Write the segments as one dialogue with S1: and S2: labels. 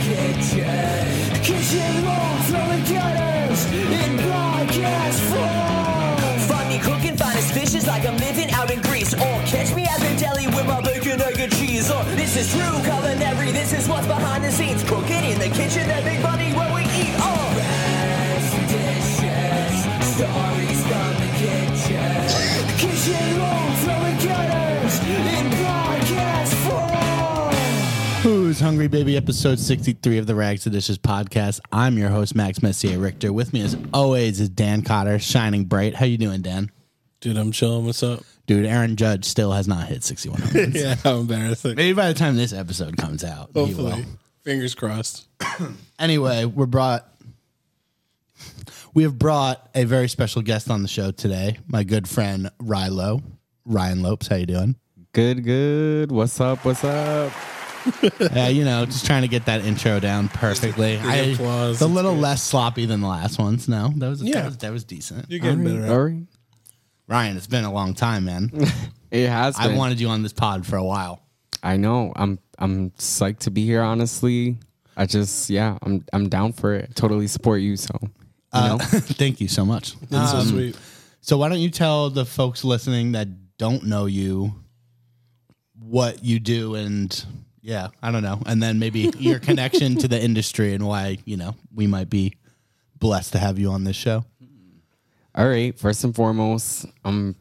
S1: kitchen. Kitchen roll from the gutters in podcast form.
S2: Find me cooking finest fishes like I'm living out in Greece. Or catch me at the deli with my bacon, egg, and cheese. Or this is true culinary, this is what's behind the scenes. Cooking in the kitchen that make money where we eat. Or
S1: Best dishes, stories from the kitchen. Kitchen roll from the gutters in podcast form.
S3: Who's Hungry Baby, episode 63 of the Rags to Dishes podcast. I'm your host, Max Messier Richter. With me, as always, is Dan Cotter, shining bright. How you doing, Dan?
S4: Dude, I'm chilling. What's up?
S3: Dude, Aaron Judge still has not hit 61.
S4: Yeah, how embarrassing.
S3: Maybe by the time this episode comes out, he will.
S4: Hopefully. Fingers crossed.
S3: Anyway, we're brought. We have brought a very special guest on the show today, my good friend Rilo. Ryan Lopes, how you doing?
S5: Good, good. What's up? What's up?
S3: Yeah, you know, just trying to get that intro down perfectly.
S4: the applause,
S3: I, a
S4: it's
S3: little
S4: good.
S3: less sloppy than the last ones. No, that was that
S4: Yeah.
S3: was, that was decent.
S4: You're getting better. at it.
S5: Sorry.
S3: Ryan, it's been a long time, man.
S5: It has been.
S3: I
S5: I,
S3: wanted you on this pod for a while.
S5: know. I'm I'm psyched to be here, honestly. I just yeah, I'm I'm down for it. Totally support you, so you
S3: Uh,
S5: know.
S3: thank you so much.
S4: That's
S3: Um,
S4: so sweet.
S3: so why don't you tell the folks listening that don't know you what you do and yeah, I don't know, and then maybe your connection to the industry and why you know we might be blessed to have you on this show.
S5: All right. First and foremost, I'm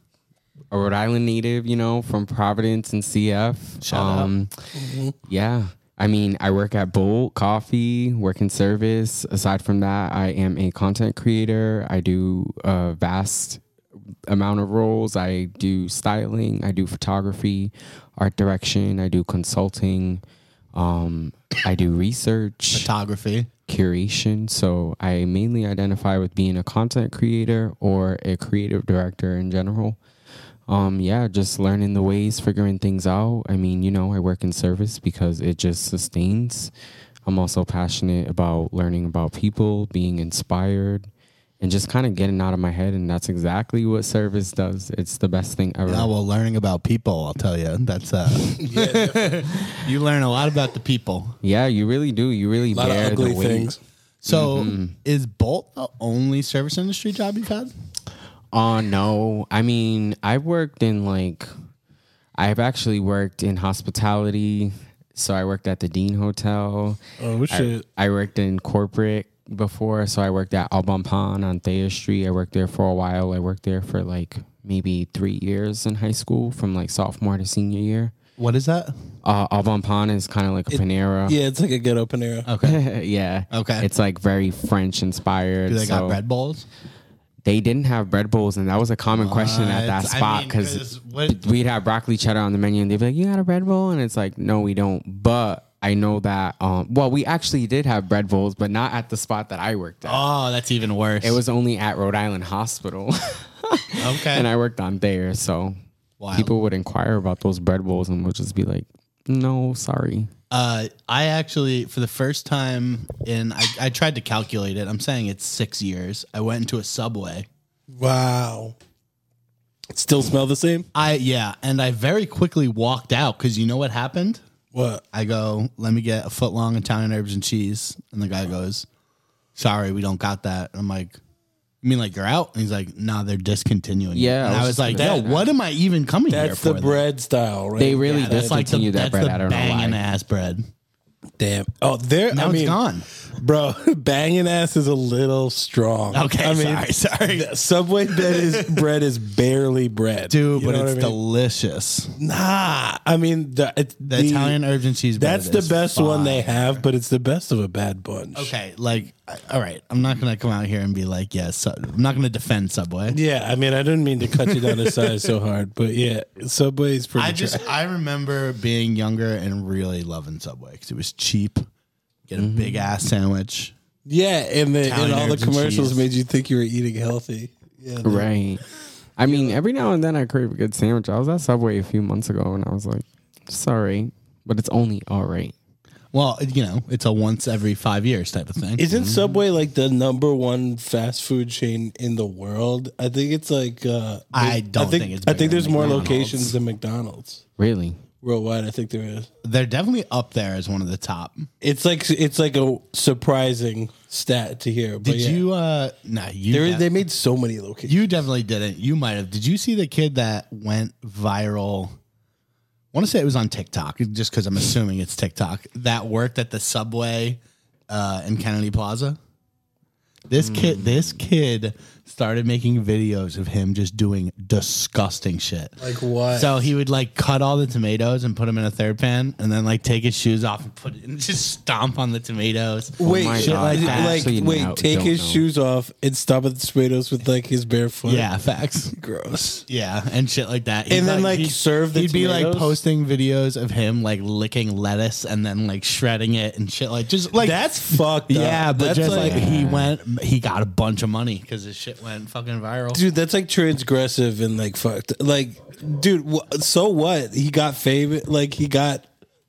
S5: a Rhode Island native, you know, from Providence and CF.
S3: Shout out. Mm-hmm.
S5: Yeah. I mean, I work at Bolt Coffee, work in service. Aside from that, I am a content creator. I do a vast amount of roles. I do styling, I do photography, art direction, I do consulting, um, I do research
S3: Photography.
S5: curation. So I mainly identify with being a content creator or a creative director in general. Um, yeah, just learning the ways, figuring things out. I mean, you know, I work in service because it just sustains. I'm also passionate about learning about people, being inspired, and just kind of getting out of my head. And that's exactly what service does. It's the best thing ever.
S3: Oh well, learning about people, I'll tell you. That's uh, you learn a lot about the people.
S5: yeah, you really do. You really
S4: A lot
S5: bear
S4: of ugly
S5: the weight.
S4: things.
S3: So, is Bolt the only service industry job you've had?
S5: Oh no. I mean, I've worked in like I've actually worked in hospitality. So I worked at the Dean Hotel.
S4: Oh, shit.
S5: I worked in corporate before, so I worked at Albampon on Thayer Street. I worked there for a while. I worked there for like maybe three years in high school, from like sophomore to senior year.
S3: What is that?
S5: Uh, Albampon is kind of like a Panera.
S4: yeah, it's like a ghetto Panera.
S3: Okay.
S5: yeah.
S3: Okay.
S5: It's like very French inspired.
S3: Do they
S5: so-
S3: got bread bowls?
S5: They didn't have bread bowls, and that was a common question at that
S3: What? Uh, I
S5: spot
S3: mean,
S5: because
S3: 'cause what-
S5: we'd have broccoli cheddar on the menu and they'd be like, You got a bread bowl? And it's like, No, we don't. But I know that um well, we actually did have bread bowls, but not at the spot that I worked at.
S3: Oh, that's even worse.
S5: It was only at Rhode Island Hospital.
S3: okay.
S5: and I worked on there. So
S3: Wild.
S5: people would inquire about those bread bowls and would just be like, No, sorry.
S3: uh, I actually, for the first time in, I, I tried to calculate it. I'm saying it's six years. I went into a subway.
S4: Wow. Still smell the same?
S3: I yeah, and I very quickly walked out because you know what happened.
S4: What?
S3: I go, let me get a foot long Italian herbs and cheese. And the guy goes, sorry, we don't got that. And I'm like, you mean like you're out? And he's like, nah, they're discontinuing. it."
S5: Yeah,
S3: And
S5: I
S3: I
S5: was
S3: was
S5: just
S3: like,
S5: gonna
S3: yo,
S5: say that.
S3: what am I even coming here
S4: That's
S3: for?
S4: the
S3: then?
S4: bread style, right?
S5: They really
S3: Yeah, that's like the,
S5: discontinued that
S3: that's
S5: bread.
S3: the
S5: I don't know
S3: banging
S5: why.
S3: ass bread.
S4: Damn. Oh, there.
S3: Now
S4: I mean,
S3: it's gone.
S4: Bro, banging ass is a little strong.
S3: Okay,
S4: I
S3: sorry, sorry.
S4: the Subway bread is bread is barely bread,
S3: Dude,
S4: You
S3: but
S4: know
S3: it's
S4: what I mean?
S3: delicious.
S4: nah. I mean, the, it's
S3: The, Italian herbs and cheese bread.
S4: That's the
S3: is
S4: best one they
S3: fire.
S4: have, but it's the best of a bad bunch.
S3: Okay, like, I- all right, I'm not going to come out here and be like, yes, Sub- I'm not going to defend Subway.
S4: Yeah, I mean, I didn't mean to cut you down to size so hard, but yeah, Subway's pretty.
S3: I just I remember being younger and really loving Subway because it was cheap. Get a
S4: Mm-hmm.
S3: big ass sandwich.
S4: yeah, and, the, and
S3: Italian
S4: all the
S3: herbs and
S4: commercials
S3: cheese.
S4: made you think you were eating healthy.
S5: Right. I mean, every now and then I crave a good sandwich. I was at Subway a few months ago and I was like, sorry, but it's only all right.
S3: Well, you know, it's a once every five years type of thing.
S4: Isn't Subway like the number one fast food chain in the world? I think it's like uh,
S3: I don't
S4: I think,
S3: think it's
S4: I
S3: bigger
S4: think there's
S3: than
S4: more
S3: McDonald's.
S4: locations than McDonald's.
S5: Really?
S4: worldwide. I think there is.
S3: They're definitely up there as one of the top.
S4: It's like it's like a surprising stat to hear. But
S3: Did
S4: yeah.
S3: you? uh No, you.
S4: There,
S3: def-
S4: they made so many locations.
S3: you definitely didn't. You might have. Did you see the kid that went viral? I want to say it was on TikTok, just because I'm assuming it's TikTok. That worked at the subway uh, in Kennedy Plaza. This kid,
S4: Hmm.
S3: this kid started making videos of him just doing disgusting shit.
S4: Like what?
S3: So he would like cut all the tomatoes and put them in a third pan, and then like take his shoes off and put it and just stomp on the tomatoes.
S4: wait,
S5: my
S4: shit
S5: God,
S4: like,
S5: I
S4: like
S5: actually
S4: wait,
S5: now
S4: take
S5: don't
S4: his
S5: know.
S4: shoes off and stop at the tomatoes with like his bare foot.
S3: Yeah, facts.
S4: gross.
S3: Yeah, and shit like that.
S4: And then, like, serve the
S3: He'd be like
S4: tomatoes?
S3: posting videos of him like licking lettuce and then like shredding it and shit like just like
S4: That's fucked. up.
S3: yeah, but
S4: that's
S3: just
S4: like,
S3: like, he went, he got a bunch of money because his shit went fucking viral.
S4: dude, that's like transgressive and like fucked. Like, dude, wh- so what? He got fame. Like he got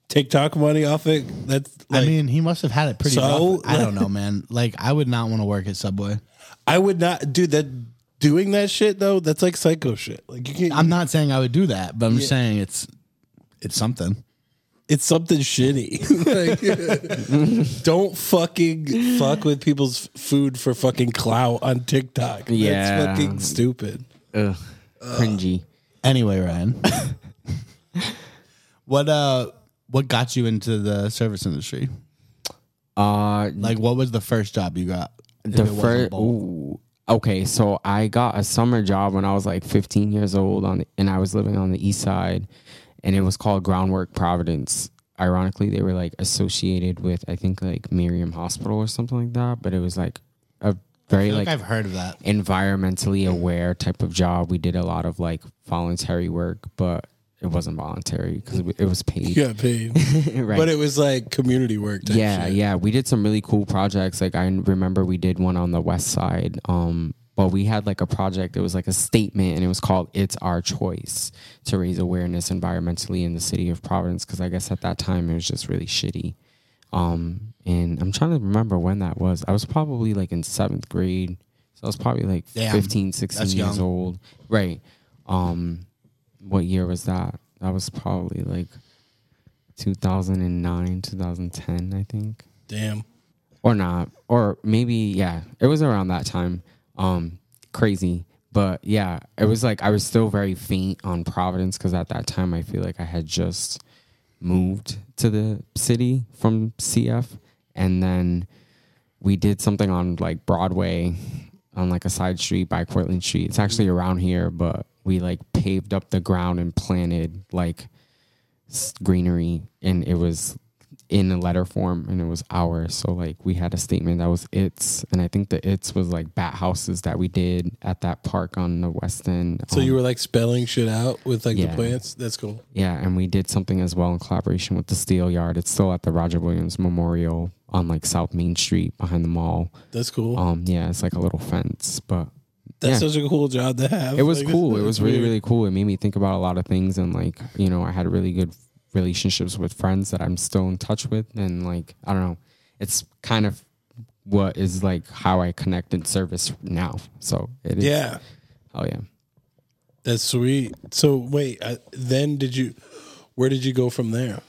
S4: TikTok money off it. That's. Like,
S3: I mean, he must have had it pretty.
S4: So-
S3: rough. I don't know, man. Like I would not want to work at Subway.
S4: I would not, dude. That doing that shit though, that's like psycho shit. Like you can't.
S3: I'm not saying I would do that, but I'm just saying it's it's something.
S4: it's something shitty. Like, don't fucking fuck with people's food for fucking clout on TikTok.
S5: Yeah.
S4: That's fucking stupid.
S5: Ugh. Cringy.
S3: Anyway, Ryan, what uh, what got you into the service industry?
S5: Uh,
S3: Like, what was the first job you got? If
S5: the
S3: it wasn't
S5: first
S3: both?
S5: okay so i got a summer job when i was like 15 years old on the, and i was living on the east side and it was called groundwork providence ironically they were like associated with i think like miriam hospital or something like that but it was like a very
S3: I think
S5: like
S3: I've heard of that.
S5: environmentally aware type of job we did a lot of like voluntary work but it wasn't voluntary because it was paid
S4: You got paid,
S5: right
S4: but it was like community work. Type
S5: yeah
S4: shit.
S5: yeah we did some really cool projects like i remember we did one on the west side um but we had like a project it was like a statement and it was called it's our choice to raise awareness environmentally in the city of providence because i guess at that time it was just really shitty um and i'm trying to remember when that was i was probably like in seventh grade so i was probably like
S3: Damn,
S5: fifteen, sixteen 15 16 years
S3: young.
S5: old right um what year was that that was probably like 2009 2010 i think
S4: Damn.
S5: or not or maybe yeah it was around that time um crazy but yeah it was like i was still very faint on providence because at that time i feel like i had just moved to the city from cf and then we did something on like broadway on like a side street by Cortland Street. It's actually
S4: Mm-hmm.
S5: around here, but we like paved up the ground and planted like s- greenery and it was in a letter form and it was ours. So like we had a statement that was its and I think the its was like bat houses that we did at that park on the west end.
S4: So
S5: Um,
S4: you were like spelling shit out with like
S5: Yeah.
S4: the plants. That's cool.
S5: yeah, and we did something as well in collaboration with the Steel Yard. It's still at the Roger Williams Memorial on like South Main Street behind the mall.
S4: That's cool.
S5: Um yeah, it's like a little fence, but
S4: That's
S5: yeah.
S4: such a cool job to have.
S5: it was
S4: Like,
S5: cool.
S4: that's-
S5: It was
S4: that's
S5: really,
S4: weird.
S5: really cool. It made me think about a lot of things, and like you know, I had really good relationships with friends that I'm still in touch with, and like I don't know, it's kind of what is like how I connect in service now. So it is.
S4: Yeah,
S5: Oh yeah.
S4: that's sweet. So wait, uh, then did you? Where did you go from there?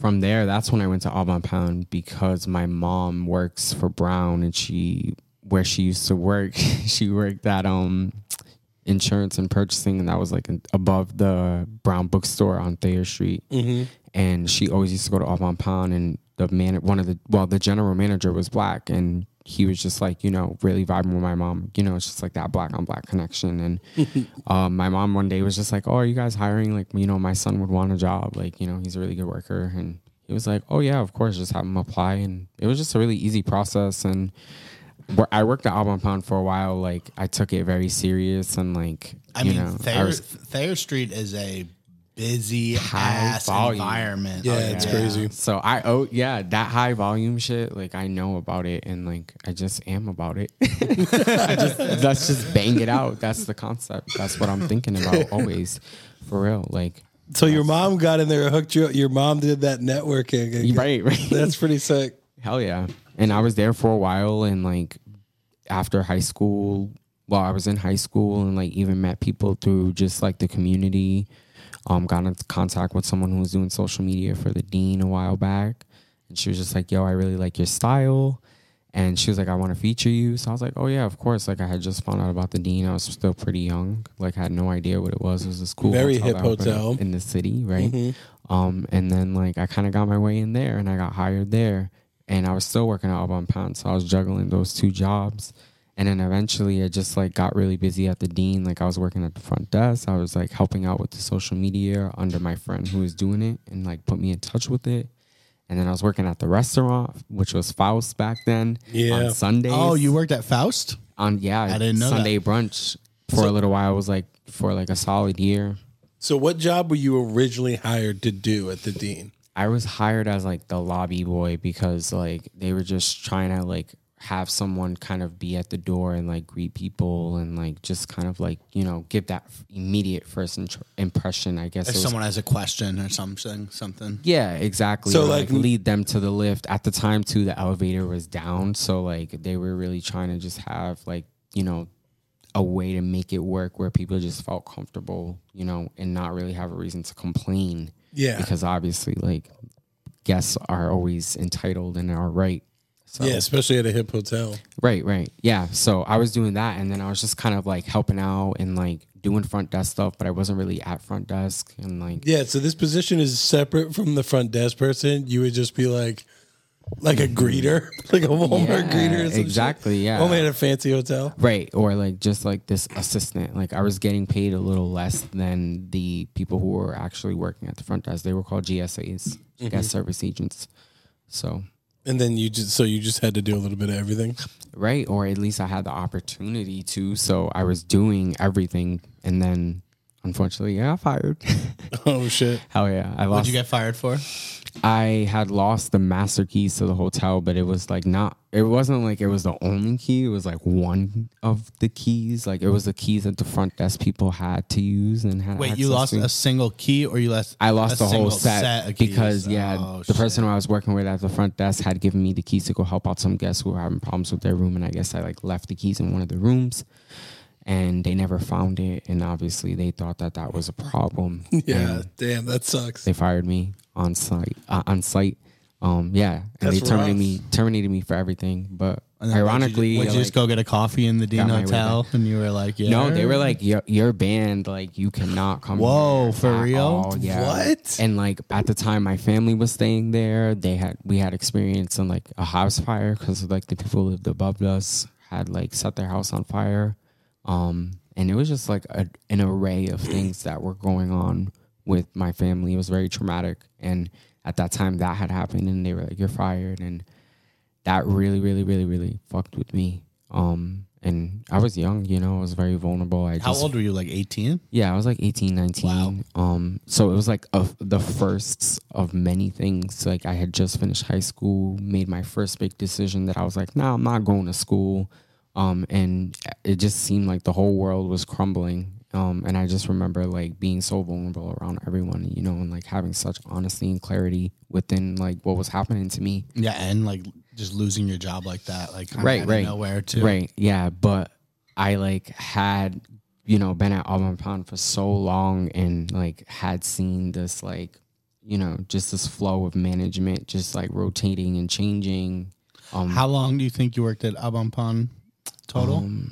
S5: From there, that's when I went to Auburn Pound because my mom works for Brown, and she where she used to work, she worked at um insurance and purchasing, and that was like an- above the Brown bookstore on Thayer Street. And she always used to go to Avon Pond, and the man, one of the well, the general manager was black, and he was just like, you know, really vibing with my mom. You know, it's just like that black on black connection. And um, my mom one day was just like, "Oh, are you guys hiring? Like, you know, my son would want a job. Like, you know, he's a really good worker." And he was like, "Oh yeah, of course, just have him apply." And it was just a really easy process, and where I worked at Auburn Pound for a while, like I took it very serious and like
S3: I
S5: you
S3: mean,
S5: know,
S3: Thayer,
S5: I was
S3: Thayer Street is a busy
S5: High
S3: ass
S5: volume.
S3: environment.
S4: Oh,
S3: Oh,
S4: Yeah, it's crazy.
S5: so I oh yeah that high volume shit like I know about it and like I just am about it. I just, let's just bang it out. That's the concept. That's what I'm thinking about always, for real. Like
S4: So your mom got in there, hooked you up. Your mom did that networking. and-
S5: right, right.
S4: That's pretty sick.
S5: Hell yeah. And I was there for a while and like after high school, well, I was in high school and like even met people through just like the community. um, got in contact with someone who was doing social media for the dean a while back, and she was just like, "Yo, I really like your style," and she was like, "I want to feature you." So I was like, "Oh yeah, of course!" Like I had just found out about the dean. I was still pretty young, like had no idea what it was. It was a school,
S4: Very hip
S5: that opened up
S4: hotel.
S5: in the city, right? Um, and then like I kind of got my way in there, and I got hired there, and I was still working at Aubin Pound, so I was juggling those two jobs. And then eventually, I just like got really busy at the dean. Like I was working at the front desk. I was like helping out with the social media under my friend who was doing it, and like put me in touch with it. And then I was working at the restaurant, which was Faust back then.
S4: Yeah.
S5: On Sundays.
S3: Oh, you worked at Faust?
S5: on yeah. I
S3: didn't know that.
S5: Sunday brunch for a little while. It was like for like a solid year.
S4: So, what job were you originally hired to do at the dean?
S5: I was hired as like the lobby boy because like they were just trying to like have someone kind of be at the door and like greet people and like just kind of like you know give that immediate first int- impression. I guess
S3: If
S5: it was-
S3: someone has a question or something, something.
S5: yeah, exactly.
S4: So,
S5: Or,
S4: like-
S5: like, lead them to the lift. At the time too, the elevator was down, so like they were really trying to just have like you know a way to make it work where people just felt comfortable, you know, and not really have a reason to complain.
S4: Yeah.
S5: because obviously, like guests are always entitled and are right. So
S4: Yeah, especially at a hip hotel.
S5: Right, right. Yeah. So I was doing that and then I was just kind of like helping out and like doing front desk stuff, but I wasn't really at front desk and like
S4: Yeah, so this position is separate from the front desk person. You would just be like, like a greeter, like a Walmart
S5: Yeah,
S4: greeter. Or some
S5: exactly,
S4: shit.
S5: yeah.
S4: Only at a fancy hotel.
S5: Right. Or like just like this assistant. Like I was getting paid a little less than the people who were actually working at the front desk. They were called GSAs,
S3: Mm-hmm.
S5: guest service agents. So
S4: And then you just so you just had to do a little bit of everything.
S5: right, or at least I had the opportunity to. So I was doing everything and then unfortunately I got fired.
S4: Oh shit!
S5: Hell yeah. I
S3: What'd
S5: lost
S3: you get fired for?
S5: I had lost the master keys to the hotel, but it was like not it wasn't like it was the only key. It was like one of the keys. Like it was the keys that the front desk people had to use and had
S3: Wait,
S5: access
S3: you lost
S5: to.
S3: a single key or you lost
S5: I lost
S3: a
S5: the whole
S3: single
S5: set,
S3: of keys?
S5: because yeah,
S3: Oh,
S5: the
S3: shit.
S5: person who I was working with at the front desk had given me the keys to go help out some guests who were having problems with their room, and I guess I like left the keys in one of the rooms, and they never found it, and obviously they thought that that was a problem.
S4: Yeah,
S5: and
S4: damn, that sucks.
S5: they fired me on site. Uh, on site, um, yeah, and they
S4: That's
S5: terminated
S4: rough.
S5: me terminated me for everything. But
S3: And then what'd you
S5: ironically,
S3: do? would you,
S5: I,
S3: just
S5: like-
S3: go get a coffee in the Dean
S5: my way
S3: Hotel and you were like, yeah.
S5: No, they were like, you're, you're banned. Like, you cannot come.
S3: Whoa,
S5: here
S3: for
S5: at
S3: real?
S5: all." Yeah.
S4: What?
S5: And like at the time, my family was staying there. They had we had experience in like a house fire because like the people who lived above us had like set their house on fire. Um, and it was just like a, an array of things that were going on with my family. It was very traumatic. And at that time, that had happened, and they were like, "You're fired." And that really, really, really, really fucked with me. Um, and I was young, you know, I was very vulnerable. I just,
S3: How old were you? Like 18?
S5: Yeah, I was like 18, 19. Um, so it was like a, the firsts of many things. Like I had just finished high school, made my first big decision that I was like, nah, I'm not going to school. Um, and it just seemed like the whole world was crumbling. Um, and I just remember like being so vulnerable around everyone, you know, and like having such honesty and clarity within like what was happening to me.
S3: Yeah, and like just losing your job like that, like kinda
S5: right,
S3: out
S5: right,
S3: of nowhere too.
S5: Right, yeah. But I like had you know been at Auburn Pond for so long and like had seen this like you know just this flow of management just like rotating and changing.
S3: How long do you think you worked at Abampon total?
S5: Um,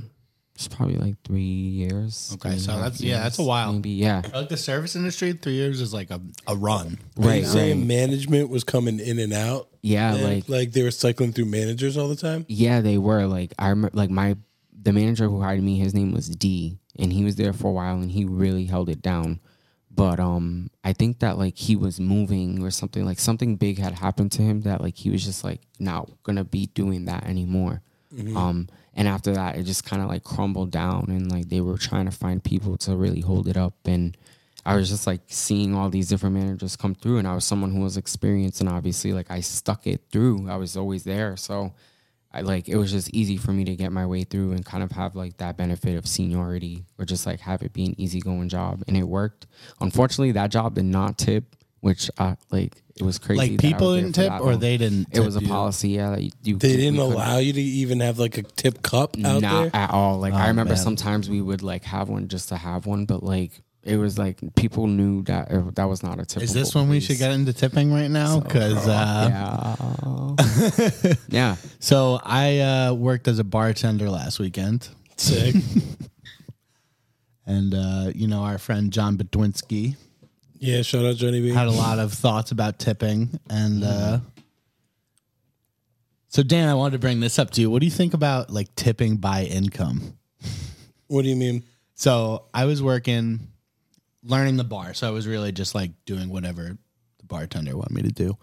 S5: It's probably like three years.
S3: Okay,
S5: three and
S3: so
S5: half
S3: that's- yeah, that's a
S5: years,
S3: while.
S5: Maybe yeah.
S3: like the service industry, three years is like a, a run.
S4: Are you
S5: Right,
S4: saying
S5: right.
S4: management was coming in and out?
S5: Yeah,
S4: And,
S5: like
S4: like, they were cycling through managers all the time.
S5: Yeah, they were. Like I remember, like my the manager who hired me, his name was D, and he was there for a while, and he really held it down. But um, I think that like he was moving or something, like something big had happened to him that like he was just like not gonna be doing that anymore. Um, and after that, it just kind of like crumbled down, and like they were trying to find people to really hold it up, and I was just like seeing all these different managers come through, and I was someone who was experienced, and obviously like I stuck it through. I was always there, so I like it was just easy for me to get my way through and kind of have like that benefit of seniority or just like have it be an easygoing job and it worked. Unfortunately, that job did not tip, which I like it was crazy.
S3: Like
S5: that I was
S3: people
S5: there
S3: didn't
S5: for
S3: tip
S5: that
S3: or
S5: long.
S3: they didn't.
S5: It was a
S3: tip you?
S5: policy, yeah. Like you,
S4: They
S5: we
S4: didn't
S5: couldn't-
S4: allow you to even have like a tip cup out
S5: not
S4: there.
S5: at all. Like I remember
S3: Oh, man.
S5: sometimes we would like have one just to have one, but like it was like people knew that it, that was not a typical.
S3: Is this when we
S5: place.
S3: should get into tipping right now? Because uh,
S5: Yeah. yeah.
S3: so I uh, worked as a bartender last weekend,
S4: Sick.
S3: and uh, you know our friend John Bedwinski
S4: yeah, shout out Johnny B.
S3: had a lot of thoughts about tipping, and uh,
S5: Mm-hmm.
S3: so Dan, I wanted to bring this up to you. What do you think about like tipping by income?
S4: What do you mean?
S3: So I was working, learning the bar. So I was really just like doing whatever the bartender wanted me to do.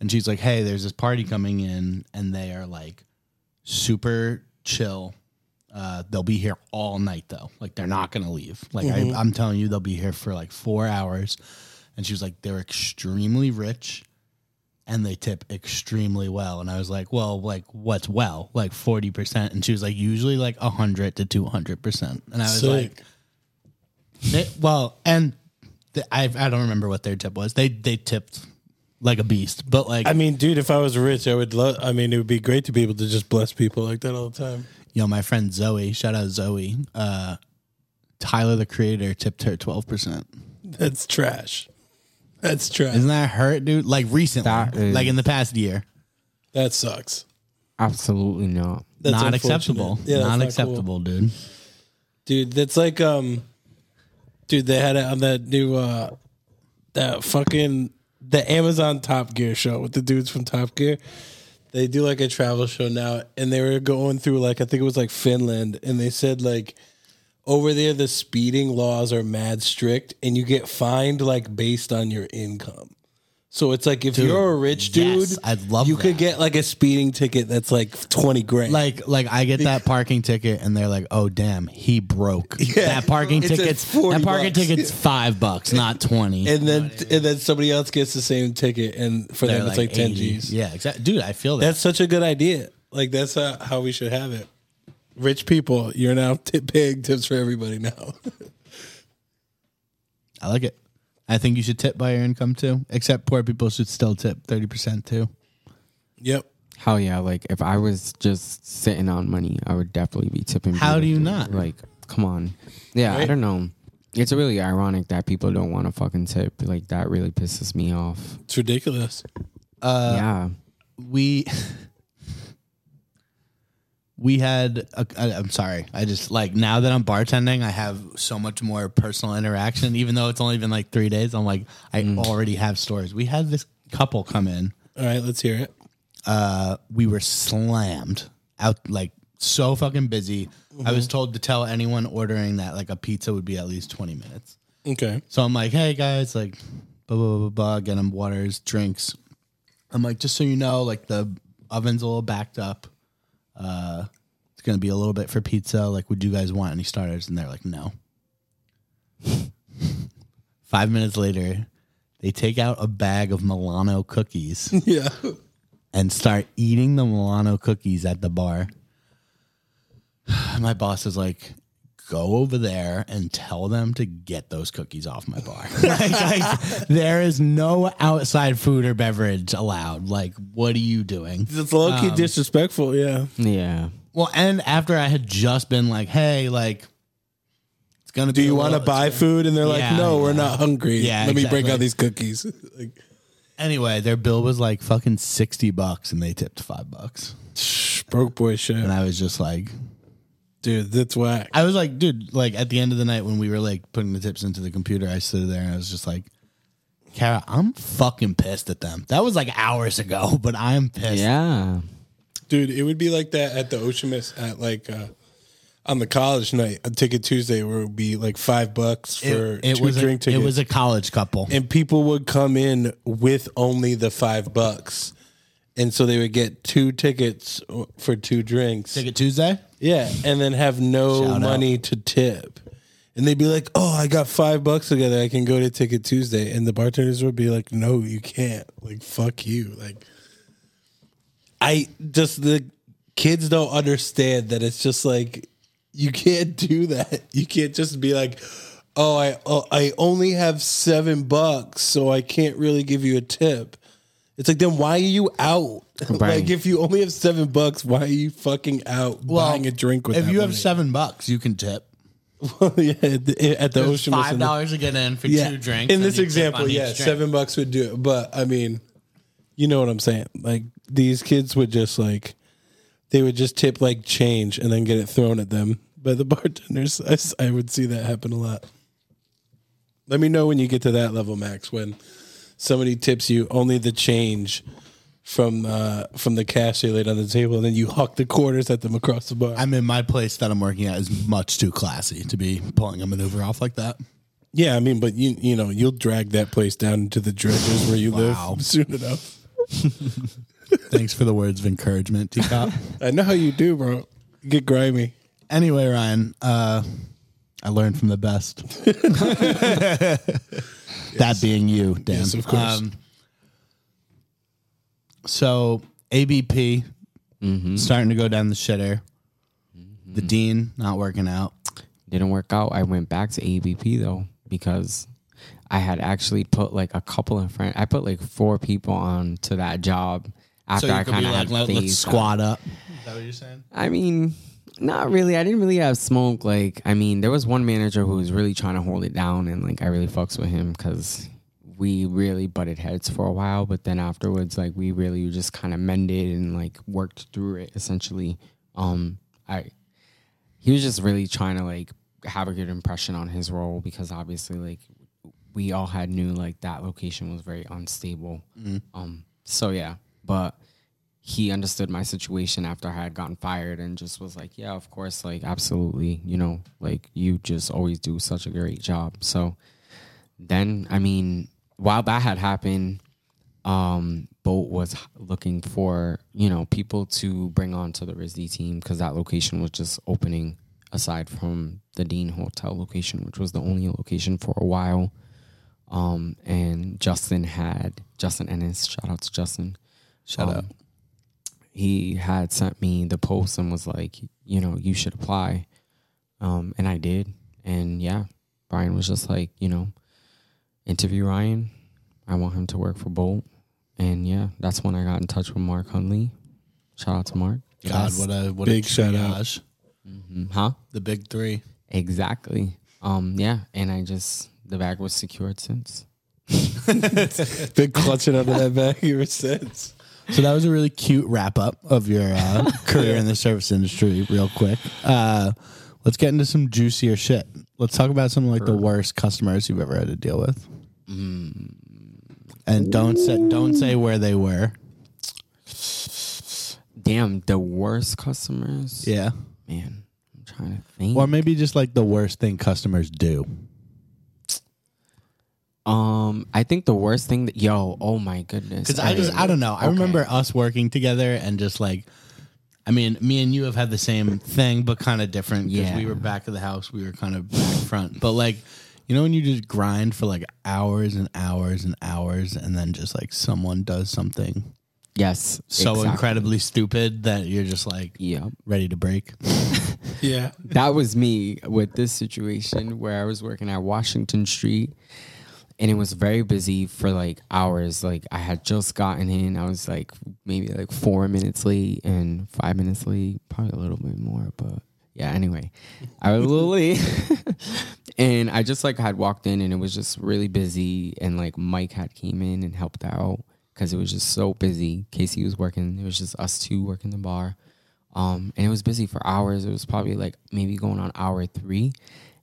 S3: And she's like, hey, there's this party coming in, and they are like super chill. Uh, they'll be here all night though. Like they're not gonna leave. Like I, I'm telling you, they'll be here for like four hours. And she was like, they're extremely rich and they tip extremely well. And I was like, well, like what's well? Like 40%. And she was like, usually like 100 to 200%. And I was
S4: Sick.
S3: like, they- well, and th- I, I don't remember what their tip was. They, they tipped like a beast, but like,
S4: I mean, dude, if I was rich, I would love. I mean, it would be great to be able to just bless people like that all the time.
S3: you know, my friend Zoe, shout out Zoe, uh, Tyler, the creator tipped her 12%.
S4: That's trash. That's trash.
S3: Isn't that hurt, dude? Like recently,
S5: That is-
S3: like in the past year.
S4: That sucks.
S5: Absolutely not.
S4: That's
S3: not
S4: unfortunate.
S3: acceptable.
S4: Yeah, that's
S3: not
S4: cool.
S3: acceptable, dude.
S4: dude. That's like um, dude. They had it on that new uh, that fucking the Amazon Top Gear show with the dudes from Top Gear. They do like a travel show now, and they were going through like I think it was like Finland, and they said like over there the speeding laws are mad strict, and you get fined like based on your income. So it's like if you're a rich dude,
S3: yes, I love
S4: you could
S3: that.
S4: get like a speeding ticket that's like twenty grand.
S3: Like, like I get that parking ticket, and they're like, "Oh, damn, he broke that parking
S4: It's at
S3: ticket's
S4: 40
S3: that parking
S4: bucks."
S3: ticket's five bucks, not twenty.
S4: and then and then somebody else gets the same ticket, and for
S3: They're
S4: them it's like ten
S3: 80.
S4: G's.
S3: Yeah, exactly, dude. I feel that.
S4: That's such a good idea. Like that's how, how we should have it. Rich people, you're now t- paying tips for everybody now.
S3: I like it. I think you should tip by your income too. Except poor people should still tip thirty percent too.
S4: yep.
S5: Hell yeah! Like if I was just sitting on money, I would definitely be tipping.
S3: How do you not?
S5: beautifully. Like, come on. Yeah, I
S4: Right?
S5: don't know. It's really ironic that people don't want to fucking tip. Like that really pisses me off.
S4: It's ridiculous.
S3: Uh,
S5: yeah.
S3: we we had a, I, i'm sorry i just like now that i'm bartending i have so much more personal interaction even though it's only been like three days i'm like i already have stories we had this couple come in
S4: All right, let's hear it.
S3: we were slammed out like so fucking busy i was told to tell anyone ordering that like a pizza would be at least 20 minutes
S4: Okay.
S3: So I'm like, hey guys, like, blah blah blah blah, get them waters, drinks. I'm like, just so you know, like the oven's a little backed up. Uh, it's gonna be a little bit for pizza. Like, would you guys want any starters? And they're like, no. Five minutes later, they take out a bag of Milano cookies
S4: Yeah.
S3: and start eating the Milano cookies at the bar. My boss is like, go over there and tell them to get those cookies off my bar. like, like, there is no outside food or beverage allowed. Like, what are you doing?
S4: It's low key disrespectful. Yeah.
S5: Yeah.
S3: Well, and after I had just been like, hey, like, it's gonna
S4: Do
S3: be.
S4: you
S3: want to
S4: buy food? And they're
S3: Yeah,
S4: like, no, we're
S3: yeah.
S4: not hungry.
S3: Yeah,
S4: Let me break
S3: exactly.
S4: out these cookies. like,
S3: Anyway, their bill was like fucking sixty bucks, and they tipped five bucks,
S4: broke boy shit.
S3: and I was just like,
S4: Dude, that's whack.
S3: I was like, dude, like at the end of the night when we were like putting the tips into the computer, I stood there and I was just like, Kara, I'm fucking pissed at them. That was like hours ago, but I'm pissed.
S5: Yeah.
S4: Dude, it would be like that at the Ocean Miss at like uh on the college night, a ticket Tuesday where it would be like five bucks for
S3: It, it
S4: two
S3: was
S4: drink
S3: a, it
S4: tickets.
S3: was a college couple.
S4: and people would come in with only the five bucks. And so they would get two tickets for two drinks.
S3: Ticket Tuesday?
S4: Yeah. And then have no
S3: Shout out.
S4: money to tip. And they'd be like, oh, I got five bucks together. I can go to Ticket Tuesday. And the bartenders would be like, no, you can't. Like, fuck you. Like, I just, the kids don't understand that it's just like, you can't do that. You can't just be like, oh, I, oh, I only have seven bucks, so I can't really give you a tip. It's like, then why are you out? like,
S5: Right.
S4: if you only have seven bucks, why are you fucking out buying a drink with
S3: If
S4: that
S3: you have
S4: money?
S3: seven bucks, you can tip.
S4: well, yeah, at the, at the ocean. was
S3: Five
S4: in the-
S3: dollars to get in for two drinks.
S4: In
S3: and
S4: this
S3: you tip
S4: example,
S3: on each
S4: yeah,
S3: drink.
S4: seven bucks would do it. But I mean, you know what I'm saying? Like these kids would just like they would just tip like change and then get it thrown at them by the bartenders. I s- I, would see that happen a lot. Let me know when you get to that level, Max. When somebody tips you only the change from uh, from the cash they laid on the table, and then you huck the quarters at them across the bar.
S3: I mean, my place that I'm working at is much too classy to be pulling a maneuver off like that.
S4: yeah, I mean, but you you know you'll drag that place down into the dredges where you
S3: Wow.
S4: live soon enough.
S3: Thanks for the words of encouragement, Teacup.
S4: I know how you do, bro. You get grimy.
S3: anyway, Ryan, uh, I learned from the best. That being you, Dan. Um,
S4: Yes, of course.
S5: um,
S3: so ABP
S5: Mm-hmm.
S3: starting to go down the shitter. The dean not working out.
S5: didn't work out. I went back to ABP though because I had actually put like a couple in front. I put like four people on to that job after
S3: so you
S5: I
S3: could be
S5: kind of
S3: like,
S5: had uh,
S3: Let,
S5: phased
S3: us
S5: out.
S3: squat up. Is that what you're saying?
S5: I mean, not really. I didn't really have smoke. Like, I mean, there was one manager who was really trying to hold it down, and like, I really fucks with him because we really butted heads for a while. But then afterwards, like, we really just kind of mended and like worked through it. Essentially, um, I he was just really trying to like have a good impression on his role because obviously, like, we all had knew like that location was very unstable. Um, so yeah, but he understood my situation after I had gotten fired and just was like, yeah, of course, like absolutely, you know, like you just always do such a great job. So then, I mean, while that had happened, um, Boat was h- looking for you know people to bring on to the RISD team because that location was just opening aside from the Dean Hotel location, which was the only location for a while. Um, and Justin had Justin Ennis. Shout out to Justin.
S3: Oh,
S5: Shout out Um, he had sent me the post and was like, you know, you should apply. Um, and I did. And yeah, Brian was just like, you know, interview Ryan. I want him to work for Bolt. And yeah, that's when I got in touch with Mark Hunley. Shout out to Mark.
S3: God, what a what
S4: Big
S3: a
S4: shout out.
S3: triage.
S5: Mm, Huh?
S3: The big three.
S5: Exactly. Um, yeah. And I just, the bag was secured since.
S4: Been clutching under that bag ever since.
S3: So that was a really cute wrap up of your uh, career in the service industry, real quick. Uh, let's get into some juicier shit. Let's talk about some of like the worst customers you've ever had to deal with. And don't say don't say where they were.
S5: Damn, the worst customers.
S3: Yeah.
S5: Man, I'm trying to think.
S3: Or maybe just like the worst thing customers do.
S5: Um, I think the worst thing that yo, oh my goodness,
S3: Because I just I don't know. I remember us working together and just like I mean, me and you have had the same thing but kind of different because
S5: Yeah.
S3: we were back of the house, we were kind of back front. But like, you know when you just grind for like hours and hours and hours and then just like someone does something
S5: Yes,
S3: so
S5: exactly.
S3: incredibly stupid that you're just like
S5: Yep.
S3: ready to break.
S4: Yeah.
S5: that was me with this situation where I was working at Washington Street and it was very busy for like hours. Like I had just gotten in. I was like maybe like four minutes late and five minutes late, probably a little bit more, but yeah, anyway. I was a little late. and I just like had walked in and it was just really busy and like Mike had came in and helped out because it was just so busy. Casey was working, it was just us two working the bar. Um, and it was busy for hours. It was probably like maybe going on hour three.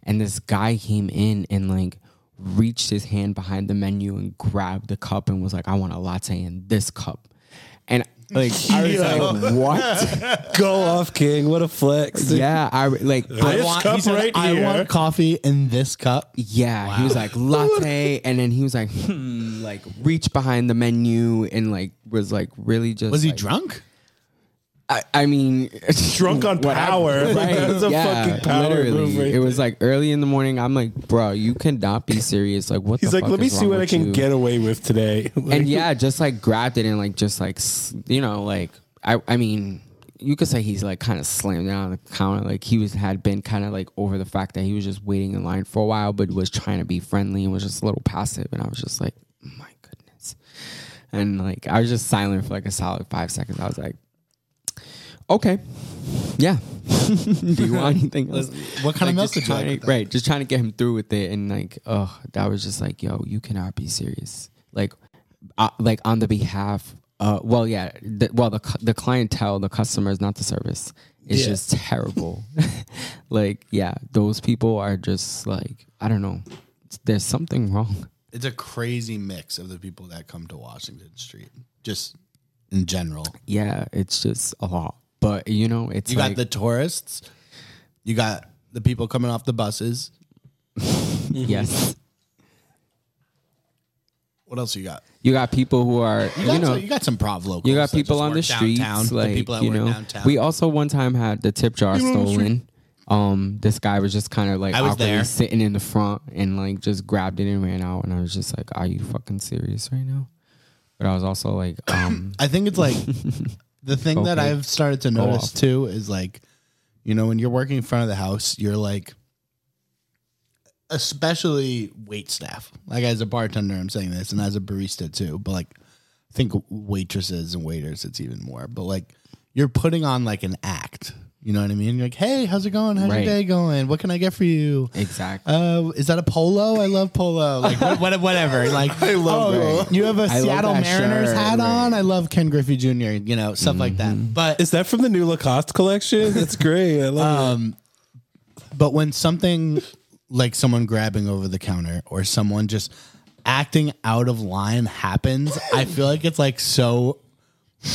S5: And this guy came in and like reached his hand behind the menu and grabbed the cup and was like, I want a latte in this cup. And like, I was like, what?
S4: Go off, King. What a flex.
S5: yeah. I like, I
S4: This cup right
S3: I
S4: here."
S3: want coffee in this cup.
S5: Yeah, he was like latte, and then he was like, hmm, like reach behind the menu, and like was like really just.
S3: Was he
S5: like-
S3: drunk?
S5: I, I mean,
S4: Drunk on
S5: whatever,
S4: power.
S5: Right?
S4: That's a
S5: yeah,
S4: fucking power
S5: literally.
S4: move right
S5: it was like early in the morning. I'm like, bro, you cannot be serious. Like, what?
S4: He's
S5: the
S4: like,
S5: fuck
S4: let me
S5: is
S4: see
S5: wrong
S4: what I
S5: with
S4: can
S5: you?"
S4: get away with today. Like,
S5: and yeah, just like grabbed it and like just like s- you know like I I mean you could say he's like kind of slammed down on the counter like he was had been kind of like over the fact that he was just waiting in line for a while but was trying to be friendly and was just a little passive and I was just like my goodness and like I was just silent for like a solid five seconds I was like okay yeah Do you want anything else?
S3: What kind of milk
S5: just
S3: would you like
S5: trying
S3: with
S5: to-
S3: that?
S5: Right, just trying to get him through with it, and like, oh, that was just like, yo, you cannot be serious. Like, uh, like on the behalf, uh, well, yeah, the, well, the cu- the clientele, the customers, not the service, is
S4: Yeah.
S5: just terrible. like, yeah, those people are just like, I don't know, there's something wrong.
S3: It's a crazy mix of the people that come to Washington Street, just in general.
S5: Yeah, it's just a lot. But you know, it's
S3: You
S5: like,
S3: got the tourists, you got the people coming off the buses.
S5: yes,
S3: What else you got?
S5: you got people who are
S3: You, got,
S5: you know
S3: some, you got some prov locals.
S5: You got
S3: that
S5: people
S3: just
S5: on the
S3: work
S5: streets,
S3: downtown, the
S5: like
S3: people that
S5: you
S3: work
S5: know.
S3: downtown.
S5: We also one time had the tip jar
S3: People on the
S5: stolen. Um, this guy was just kind of like
S3: I was
S5: awkwardly
S3: there.
S5: sitting in the front and like just grabbed it and ran out, and I was just like, "Are you fucking serious right now?" But I was also like, um,
S3: I think it's like the thing that
S5: Okay.
S3: I've started to notice
S5: off.
S3: too is like, you know, when you're working in front of the house, you're like, especially wait staff. Like as a bartender, I'm saying this, and as a barista too. But like, I think waitresses and waiters, it's even more. But like, you're putting on like an act. You know what I mean? You're like, hey, how's it going? How's
S5: Right.
S3: your day going? What can I get for you?
S5: exactly.
S3: Uh, is that a polo? I love polo. Like what, what- whatever. Like I love You have a
S5: love
S3: Seattle
S5: that
S3: Mariners
S5: shirt. Mm-hmm.
S3: hat on. I love Ken Griffey Jr. You know stuff like that. But
S4: Is that from the new Lacoste collection? That's great. I
S5: Uh,
S4: love
S3: but when something like someone grabbing over the counter or someone just acting out of line happens, I feel like it's like so.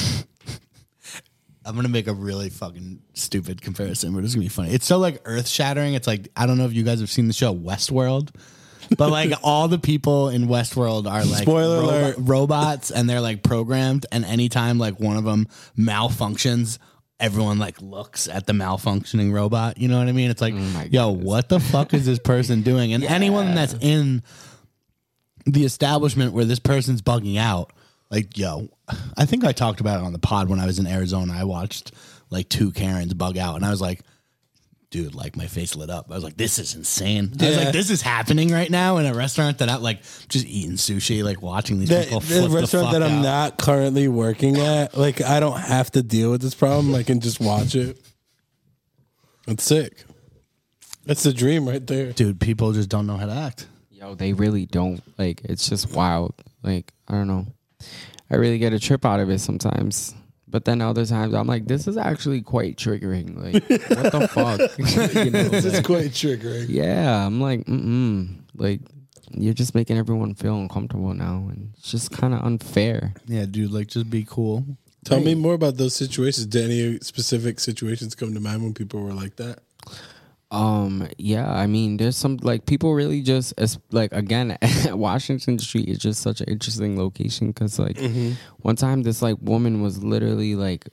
S3: I'm gonna make a really fucking stupid comparison, but it's gonna be funny. It's so like earth shattering. It's like I don't know if you guys have seen the show Westworld, but like all the people in Westworld are like
S4: Spoiler alert.
S3: robots, and they're like programmed. And anytime like one of them malfunctions, everyone like looks at the malfunctioning robot. You know what I mean? It's like, yo, what the fuck is this person doing? And anyone that's in the establishment where this person's bugging out, like, yo, I think I talked about it on the pod when I was in Arizona. I watched like two Karens bug out, and I was like, dude, like my face lit up. I was like, this is insane. I was
S4: Yeah.
S3: like, this is happening right now in a restaurant that I like just eating sushi, like watching these
S4: that.
S3: people
S4: The,
S3: flip
S4: restaurant
S3: the fuck
S4: that I'm
S3: out.
S4: not currently working at, like I don't have to deal with this problem. I can just watch it. That's sick. That's the dream right there.
S3: Dude, people just don't know how to act.
S5: Yo, they really don't like. It's just wild. Like I don't know. I really get a trip out of it sometimes, but then other times I'm like, this is actually quite triggering. Like, what the fuck? you know, like-
S4: quite triggering.
S5: Yeah, I'm like, mm-mm. Like, you're just making everyone feel uncomfortable now, and it's just kind of unfair.
S3: Yeah, dude, like just be cool.
S4: Tell me more about those situations. Did any specific situations come to mind when people were like that?
S5: Um, yeah, I mean, there's some like people really just as like again, Washington Street is just such an interesting location because like one time this like woman was literally like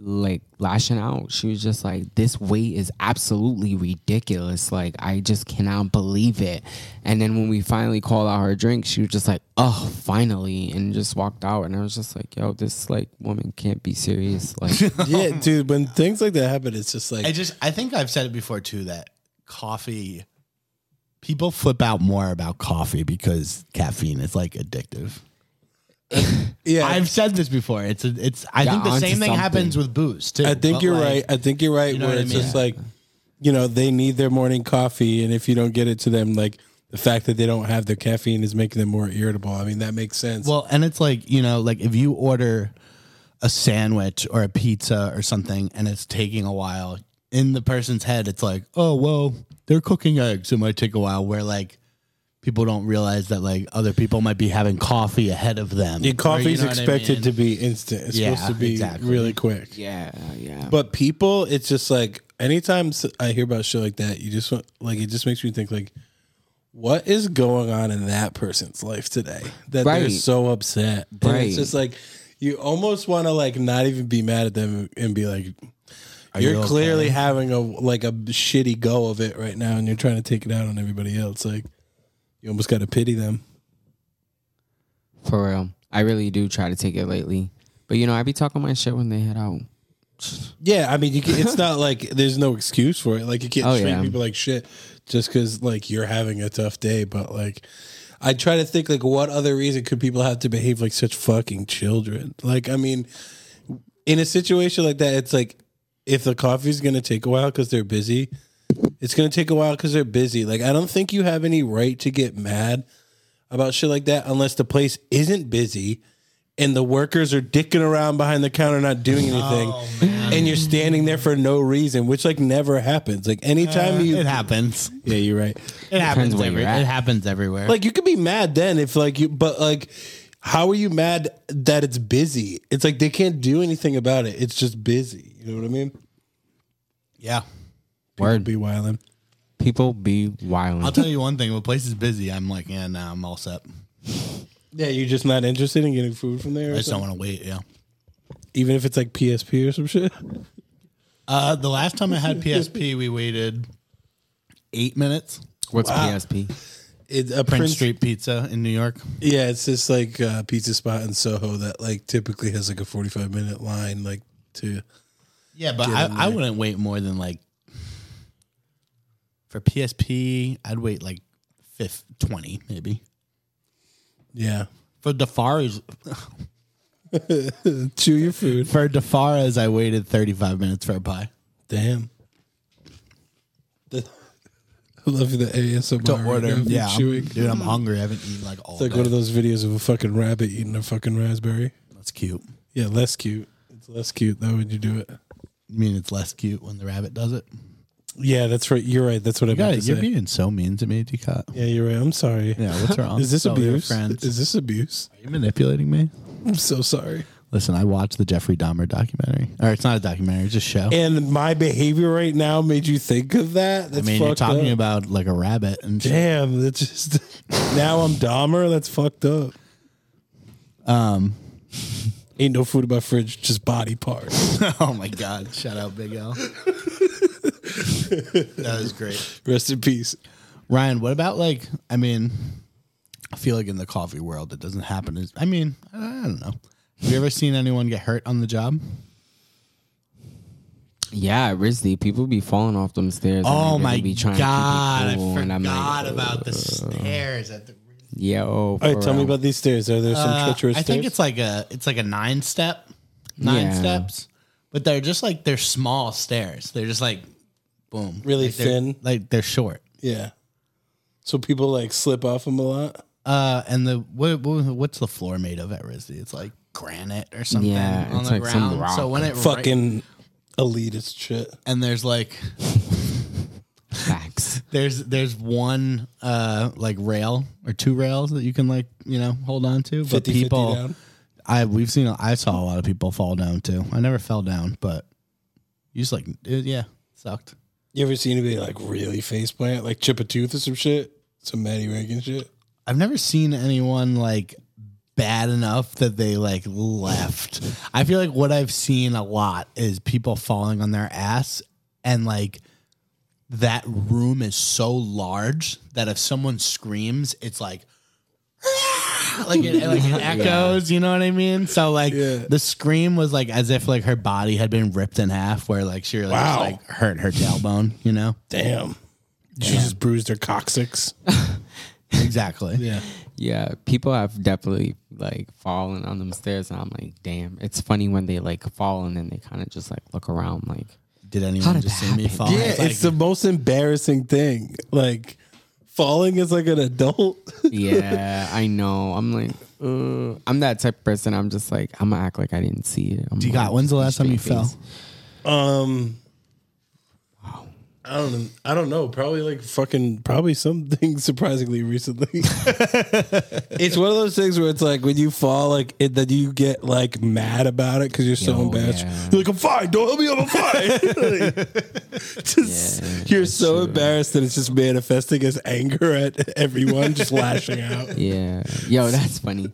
S5: like lashing out. She was just like, "This weight is absolutely ridiculous. Like, I just cannot believe it." And then when we finally called out her drink, she was just like, "Oh, finally!" and just walked out. And I was just like, "Yo, this like woman can't be serious." Like,
S4: Yeah, dude. When things like that happen, it's just like
S3: I just I think I've said it before too that coffee people flip out more about coffee because caffeine is like addictive.
S4: yeah.
S3: I've said this before. It's a, it's I
S5: Yeah,
S3: think the
S5: onto
S3: same thing
S5: something.
S3: happens with booze too.
S4: I think
S3: but,
S4: you're
S3: like,
S4: right. I think you're right.
S3: know
S4: where
S3: what I
S4: it's
S3: mean?
S4: just like, you know, they need their morning coffee, and if you don't get it to them, like the fact that they don't have their caffeine is making them more irritable. I mean, that makes sense.
S3: Well, and it's like, you know, like if you order a sandwich or a pizza or something and it's taking a while, in the person's head, it's like, oh, well, they're cooking eggs. It might take a while. Where like people don't realize that like other people might be having coffee ahead of them.
S4: your coffee's
S3: Or, you know what I
S4: expected
S3: mean?
S4: to be instant. It's
S3: Yeah,
S4: supposed to be
S3: exactly.
S4: really quick.
S5: yeah, yeah.
S4: But people, it's just like anytime s- I hear about shit like that, you just want like it just makes me think like, what is going on in that person's life today that they're
S5: Right.
S4: so upset? And
S5: Right.
S4: it's just like you almost want to like not even be mad at them and be like, you're
S3: you okay?"
S4: clearly having a like a shitty go of it right now, and you're trying to take it out on everybody else. Like you almost got to pity them.
S5: For real. I really do try to take it lately. But you know, I be talking my shit when they head out.
S4: Yeah, I mean, you can, it's not like there's no excuse for it. Like you can't
S5: Oh,
S4: treat
S5: yeah.
S4: people like shit just because like you're having a tough day. But like, I try to think like, what other reason could people have to behave like such fucking children? Like, I mean, in a situation like that, it's like if the coffee's gonna take a while because they're busy, it's gonna take a while because they're busy. Like I don't think you have any right to get mad about shit like that unless the place isn't busy and the workers are dicking around behind the counter not doing anything and you're standing there for no reason which like never happens like anytime you
S3: Uh, It happens.
S4: yeah you're right
S3: It happens
S5: where
S3: every,
S5: you're at.
S3: It happens everywhere.
S4: like you could be mad then if like you but like how are you mad that it's busy it's like they can't do anything about it it's just busy you know what i mean
S3: yeah.
S5: Word.
S4: be wildin
S5: People be
S3: I'll
S5: wild.
S3: tell you one thing. When a place is busy, I'm like, yeah, nah, I'm all set.
S4: yeah you're just not interested in getting food from
S3: I
S4: there or
S3: just
S4: something?
S3: don't want to wait. Yeah.
S4: even if it's like psp or some shit
S3: Uh, the last time I had PSP, we waited eight minutes.
S5: What's PSP?
S4: it's a
S3: Prince Street Pizza in New York.
S4: yeah it's this like uh, pizza spot in soho that like typically has like a 45 minute line like to
S3: Yeah, but
S4: Get in
S3: I, I
S4: there.
S3: wouldn't wait more than like for PSP. I'd wait like fifth, twenty maybe
S4: yeah
S3: for Defaris.
S4: chew your food
S3: For Defaras, I waited thirty five minutes for a pie.
S4: damn The- I love the ASMR.
S3: To
S4: right
S3: order,
S4: now,
S3: yeah,
S4: chewing.
S3: dude, I'm hungry. I haven't eaten like all.
S4: It's like
S3: day.
S4: one of those videos of a fucking rabbit eating a fucking raspberry.
S3: That's cute.
S4: Yeah, less cute. It's less cute though when you do it.
S3: You mean it's less cute when the rabbit does it?
S4: Yeah, that's right. You're right. That's what I
S3: Yeah,
S4: meant to
S3: you're
S4: say.
S3: being so mean to me, Decott.
S4: yeah, you're right. I'm sorry.
S3: Yeah, what's wrong?
S4: Is this
S3: So we're
S4: abuse?
S3: friends.
S4: Is this abuse?
S3: Are you manipulating me?
S4: I'm so sorry.
S3: Listen, I watched the Jeffrey Dahmer documentary. Or it's not a documentary; it's a show.
S4: And my behavior right now made you think of that.
S3: I
S4: That's
S3: mean, you're
S4: fucked
S3: talking
S4: up.
S3: about like a rabbit and shit.
S4: Damn, that's just now I'm Dahmer. That's fucked up.
S3: Um,
S4: Ain't no food in my fridge, just body parts.
S3: oh my God! Shout out Big L. that was great,
S4: Rest in peace.
S3: Ryan. What about like? I mean, I feel like in the coffee world, it doesn't happen. As, I mean, I don't know. Have you ever seen anyone get hurt on the job?
S5: Yeah, at Risley. People be falling off them stairs. and
S3: Oh
S5: they
S4: Oh
S5: really be trying to keep it cool, and I'm like,
S3: the stairs at the.
S5: Yo.
S4: All right, tell me about these stairs. Are there some
S3: Uh,
S4: treacherous
S3: I
S4: stairs?
S3: think it's like a it's like a nine step, nine
S5: Yeah.
S3: steps, but they're just like they're small stairs. They're just like, boom,
S4: Really
S3: Like, they're-
S4: thin?
S3: like they're short.
S4: yeah. So people like slip off them a lot.
S3: Uh, and the what, what what's the floor made of at RISD? It's like granite or something
S5: Yeah,
S3: on
S5: it's
S3: the
S5: like some
S3: ground.
S5: rock.
S3: So when it ra-
S4: fucking elitist shit.
S3: and there's like
S5: facts.
S3: there's there's one uh like rail or two rails that you can like you know hold on to. But
S4: 50-50
S3: people,
S4: down.
S3: I we've seen I saw a lot of people fall down too. I never fell down, but you just like it, yeah sucked.
S4: You ever seen anybody like really face plant, like chip a tooth or some shit? Some Maddie Reagan shit.
S3: I've never seen anyone like bad enough that they like left. I feel like what I've seen a lot is people falling on their ass and like that room is so large that if someone screams, it's like "Ah!" like it, like it echoes, you know what I mean? So like
S4: Yeah.
S3: the scream was like as if like her body had been ripped in half, where like she really
S4: Wow.
S3: just, like hurt her tailbone, you know?
S4: Damn. She just bruised her coccyx.
S3: Exactly.
S4: Yeah.
S5: Yeah, people have definitely like fallen on them stairs, and I'm like, damn. It's funny when they like fall and then they kind of just like look around, like,
S3: Did
S5: How
S3: anyone
S5: did
S3: just
S5: that
S3: see me
S5: happen?
S3: fall?
S4: Yeah, it's,
S3: like-
S4: the most embarrassing thing. Like falling is like an adult.
S5: yeah, I know. I'm like, uh, I'm that type of person. I'm just like, I'm gonna act like I didn't see it. I'm
S3: You got.
S5: like,
S3: When's the last time you
S5: straight
S3: fell?
S5: face.
S4: um I don't I don't know. Probably like fucking probably something surprisingly recently. it's one of those things where it's like when you fall, like it, that you get like mad about it because you're so
S5: Yo,
S4: embarrassed.
S5: Oh, yeah.
S4: You're like, I'm fine. Don't help me. up, I'm fine. Like, just
S5: Yeah,
S4: you're
S5: that's
S4: so
S5: true.
S4: embarrassed that it's just manifesting as anger at everyone, just lashing out.
S5: Yeah. Yo, that's funny.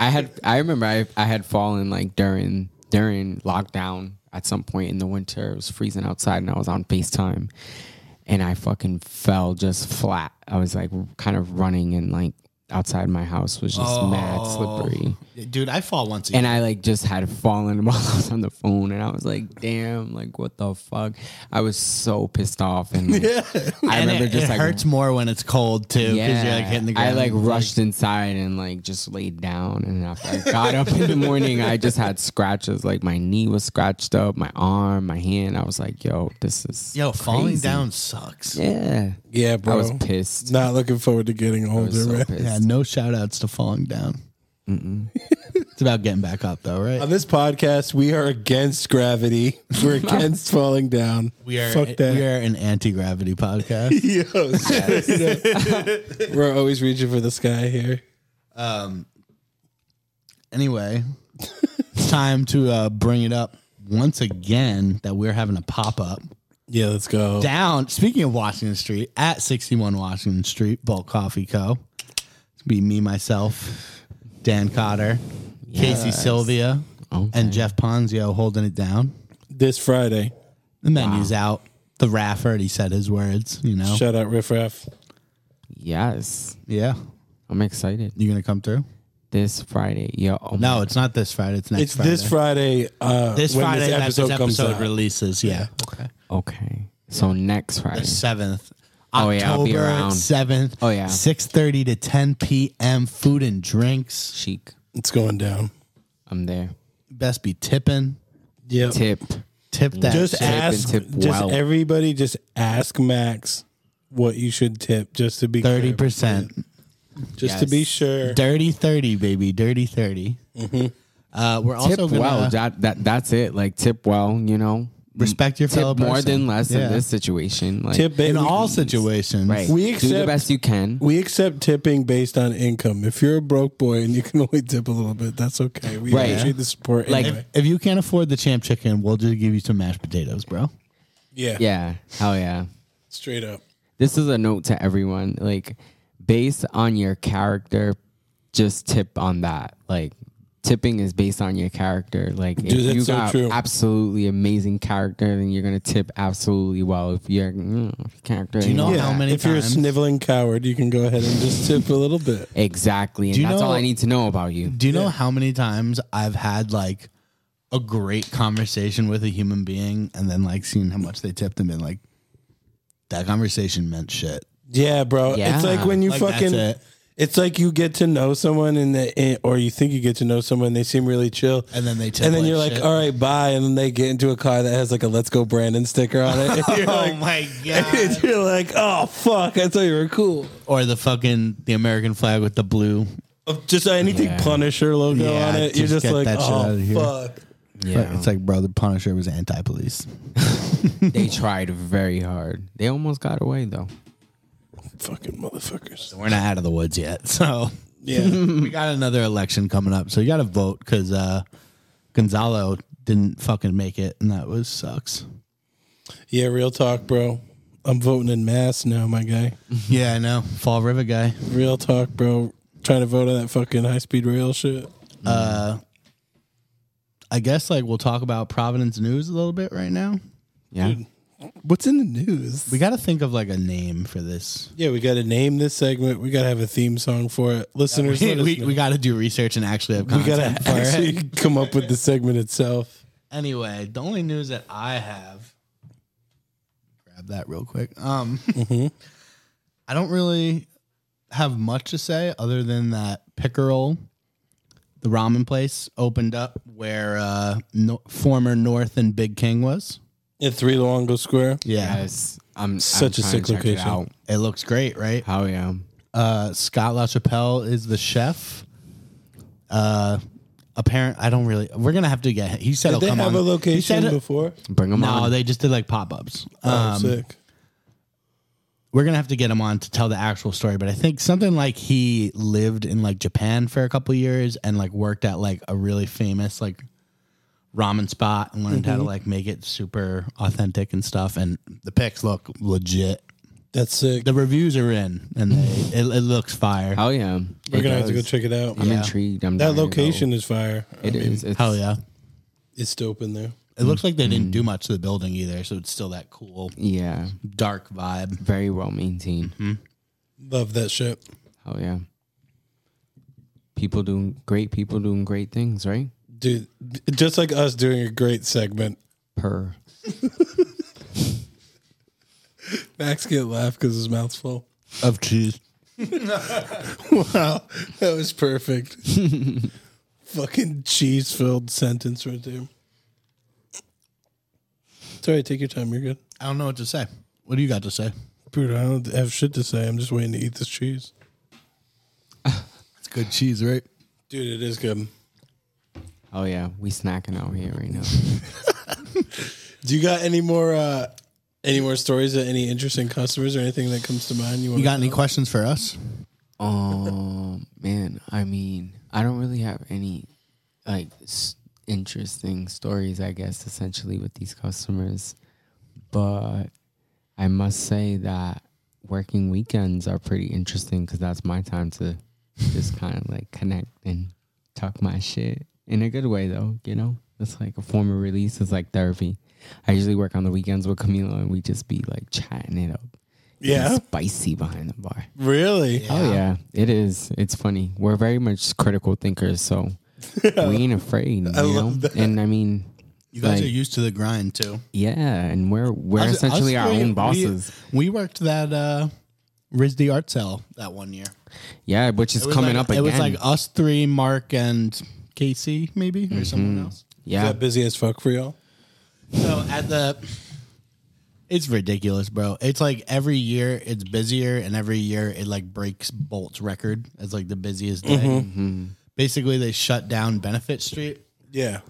S5: I had I remember I I had fallen like during during lockdown at some point in the winter. It was freezing outside and I was on FaceTime and I fucking fell just flat. I was like kind of running and like outside my house was just
S3: Oh.
S5: mad slippery.
S3: Dude, I fall once a year.
S5: And I like just had fallen while I was on the phone, and I was like, "Damn! Like, what the fuck?" I was so pissed off, and like, I
S3: And
S5: remember
S3: it,
S5: just
S3: it
S5: like
S3: hurts more when it's cold too. 'cause you're like hitting the ground.
S5: I like rushed inside and like just laid down. And after I got up in the morning, I just had scratches. Like my knee was scratched up, my arm, my hand. I was like, yo, this is.
S3: Yo, falling
S5: crazy.
S3: down sucks.
S5: Yeah.
S4: Yeah, bro.
S5: I was pissed.
S4: Not looking forward to getting
S5: I
S4: older,
S5: was so
S4: man.
S5: pissed.
S3: Yeah, no shout outs to falling down. it's about getting back up though,
S4: On
S3: right?
S4: this podcast, we are against gravity. We're against falling down.
S3: We are
S4: Fuck that.
S3: we are an anti gravity podcast.
S4: Yo, straight up. We're always reaching for the sky here.
S3: anyway, it's time to uh, bring it up once again that we're having a pop up
S4: Yeah, let's go.
S3: down. Speaking of Washington Street, at sixty one Washington Street, Bulk Coffee Co. It's gonna be me, myself, Dan Cotter, Casey Sylvia, and Jeff Ponzio holding it down.
S4: This Friday.
S3: The menu's out. The raff already said his words. You know,
S4: Shout out Riff Raff.
S5: Yes.
S3: yeah.
S5: I'm excited.
S3: You gonna come through?
S5: This Friday. Yo. oh my-
S3: No, it's not this Friday. It's next.
S4: It's this Friday. Uh,
S3: This
S4: when
S3: Friday
S4: this
S3: that
S4: episode,
S3: this
S4: comes
S3: episode
S4: out.
S3: releases. Yeah, okay.
S5: Okay. So next Friday.
S3: seventh.
S5: Oh, yeah, I'll be
S3: October
S5: around.
S3: seventh.
S5: Oh, yeah.
S3: six thirty to ten p.m. Food and drinks.
S5: Chic.
S4: It's going down.
S5: I'm there.
S3: Best be tipping.
S4: Yeah.
S5: Tip.
S3: Tip that.
S4: Just
S3: shit.
S5: and
S4: ask.
S5: tip
S4: just
S5: well.
S4: everybody. Just ask Max what you should tip, just to be
S3: thirty
S4: sure.
S3: percent.
S4: Just to be
S5: Yes.
S4: sure.
S3: Dirty thirty, baby. Dirty 30
S4: Mm-hmm.
S3: Uh, we're also
S5: Tip
S3: gonna
S5: well. That, that, that's it. Like, tip well, you know.
S3: respect your
S5: Tip
S3: fellow
S5: more
S3: person.
S5: than less
S3: Yeah.
S5: in this situation. Like,
S4: Tip
S3: in
S4: baby.
S3: all situations.
S5: Right.
S4: We
S5: do
S4: accept-
S5: the best you can.
S4: We accept tipping based on income. If you're a broke boy and you can only tip a little bit, that's okay. We
S5: Right.
S4: appreciate the support.
S5: Like-
S4: anyway.
S3: If you can't afford the champ chicken, we'll just give you some mashed potatoes, bro.
S4: yeah,
S5: Yeah. Hell yeah.
S4: straight up.
S5: This is a note to everyone. Like, based on your character, just tip on that. Like, tipping is based on your character. Like, if
S4: Dude, that's
S5: you
S4: so
S5: got
S4: true.
S5: absolutely amazing character, then you're gonna tip absolutely well. If you're mm, if your character,
S3: you know
S5: ain't
S3: how
S5: that-
S3: many
S4: if you're a
S3: times-
S4: sniveling coward, you can go ahead and just tip a little bit.
S5: exactly? And
S3: you
S5: that's all
S3: know-
S5: I need to know about you.
S3: Do you know how many times I've had like a great conversation with a human being and then like seen how much they tipped and been like, that conversation meant shit.
S4: Yeah, bro.
S5: Yeah.
S4: It's like when you
S3: Like, that's
S4: fucking.
S3: it.
S4: It's like you get to know someone and they, and- or you think you get to know someone. They seem really chill,
S3: And then they tip
S4: and then
S3: like
S4: you're like,
S3: shit.
S4: "All right, bye." And then they get into a car that has like a "Let's Go Brandon" sticker on it. And you're like,
S3: Oh my
S4: and you're like, "Oh fuck! I thought you were cool."
S3: Or the fucking the American flag with the blue.
S4: Just anything
S5: Yeah.
S4: Punisher logo
S3: Yeah,
S4: on it. You're
S3: just get
S4: just like,
S3: that shit out
S4: "Oh
S3: of here."
S4: fuck!"
S5: Yeah,
S3: It's like, bro, the Punisher was anti police.
S5: they tried very hard. They almost got away though.
S4: Fucking motherfuckers.
S3: We're not out of the woods yet. So
S4: Yeah,
S3: we got another election coming up. So you gotta vote because uh Gonzalo didn't fucking make it and that was sucks.
S4: yeah. Real talk, bro. I'm voting in mass now, my guy.
S3: Yeah, I know. Fall River guy.
S4: Real talk, bro. Trying to vote on that fucking high speed rail shit.
S3: I guess like we'll talk about Providence news a little bit right now.
S5: Yeah,
S4: What's in the news?
S3: We got to think of like a name for this.
S4: Yeah, we got to name this segment. We got to have a theme song for it. Listeners,
S3: We,
S4: let us
S3: we,
S4: know.
S3: got to do research and actually have
S4: we
S3: content.
S4: got to
S3: for it.
S4: actually come up with the segment itself.
S3: Anyway, the only news that I have. Grab that real quick. Um,
S4: Mm-hmm.
S3: I don't really have much to say other than that Pickerel, the ramen place, opened up where uh, no, former North and Big King was.
S4: At Three Longo Square.
S3: Yeah,
S5: yes. I'm
S4: Such a
S5: I'm trying
S4: sick
S5: to check it
S4: location.
S5: out.
S3: it looks great, right?
S5: How yeah.
S3: Uh, Scott LaChapelle is the chef. Uh, apparent. I don't really. We're gonna have to get. He said
S4: Did
S3: he'll
S4: they
S3: come
S4: have
S3: on.
S4: a
S3: He
S4: location
S3: said-
S4: before?
S5: Bring them
S3: No,
S5: on.
S3: they just did like pop ups.
S4: Oh, sick.
S3: we're gonna have to get him on to tell the actual story, but I think something like he lived in like Japan for a couple years and like worked at like a really famous like ramen spot and learned how to like make it super authentic and stuff. And the pics look legit.
S4: That's sick.
S3: The reviews are in and they, it, it looks fire.
S5: Hell yeah.
S4: We're
S5: It
S4: gonna have to go
S5: does.
S4: check it out.
S5: I'm intrigued. I'm
S4: That
S5: dying to go.
S4: location is fire. I
S5: It
S4: mean,
S5: is. It's,
S3: Hell yeah!
S4: It's dope in there.
S3: It looks like they didn't do much to the building either, so it's still that cool
S5: Yeah.
S3: dark vibe. Hmm.
S5: Very well maintained.
S4: Love that shit.
S5: Hell yeah. people doing great people doing great things, right?
S4: dude. Just like us doing a great segment.
S5: Per.
S4: Max can't laugh because his mouth's full.
S3: Of cheese.
S4: Wow, that was perfect. Fucking cheese filled sentence right there. It's all right. Take your time. You're good.
S3: I don't know what to say. What do you got to say?
S4: Dude, I don't have shit to say. I'm just waiting to eat this cheese.
S3: It's good cheese, right?
S4: Dude, it is good.
S5: Oh yeah, we snacking out here right now.
S4: Do you got any more uh any more stories of any interesting customers or anything that comes to mind? You want
S3: You got any questions for us?
S5: Um, man, I mean, I don't really have any like s- interesting stories, I guess, essentially with these customers, but I must say that working weekends are pretty interesting because that's my time to just kind of like connect and talk my shit in a good way, though. You know, it's like a form of release. It's like therapy. I usually work on the weekends with Camilo, and we just be like chatting it up.
S4: Yeah.
S5: spicy behind the bar.
S4: Really?
S5: Oh yeah, it is. It's funny. We're very much critical thinkers, so we ain't afraid. you know?
S4: love that.
S5: And I mean,
S3: You guys
S5: Like-
S3: are used to the grind too.
S5: yeah, and we're we're
S3: Us-
S5: essentially
S3: us
S5: our
S3: three,
S5: own
S3: we-
S5: bosses.
S3: We, worked that uh RISD art sale that one year.
S5: yeah, which is
S3: It was
S5: coming
S3: like-
S5: up again.
S3: It was like uh, us three, Mark and Casey, maybe,
S5: Mm-hmm.
S3: or someone else.
S5: yeah,
S4: That busy as fuck for y'all.
S3: So at the, it's ridiculous, bro. It's like every year it's busier, and every year it like breaks Bolt's record as like the busiest day.
S5: Mm-hmm.
S3: Mm-hmm. Basically, they shut down Benefit Street
S4: Yeah.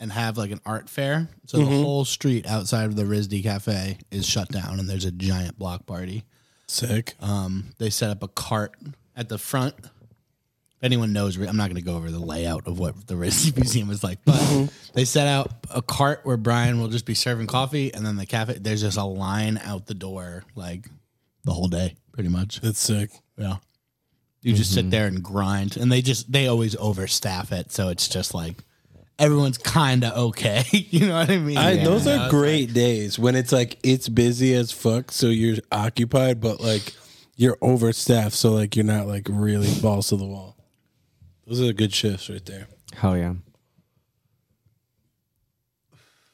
S3: and have like an art fair. So
S5: Mm-hmm.
S3: the whole street outside of the RISD Cafe is shut down, and there's a giant block party.
S4: Sick.
S3: Um, they set up a cart at the front. If anyone knows, I'm not going to go over the layout of what the RISD Museum is like,
S5: Mm-hmm.
S3: but they set out a cart where Brian will just be serving coffee, and then the cafe. There's just a line out the door, like the whole day, pretty much.
S4: That's sick.
S3: Yeah. You just
S5: Mm-hmm.
S3: sit there and grind, and they just they always overstaff it, so it's just like everyone's kind of okay. you know what I mean?
S4: I those
S3: Yeah.
S4: are great days when it's like it's busy as fuck, so you're occupied, but like you're overstaffed, so like you're not like really balls to the wall. Those are the good shifts right there.
S5: hell yeah.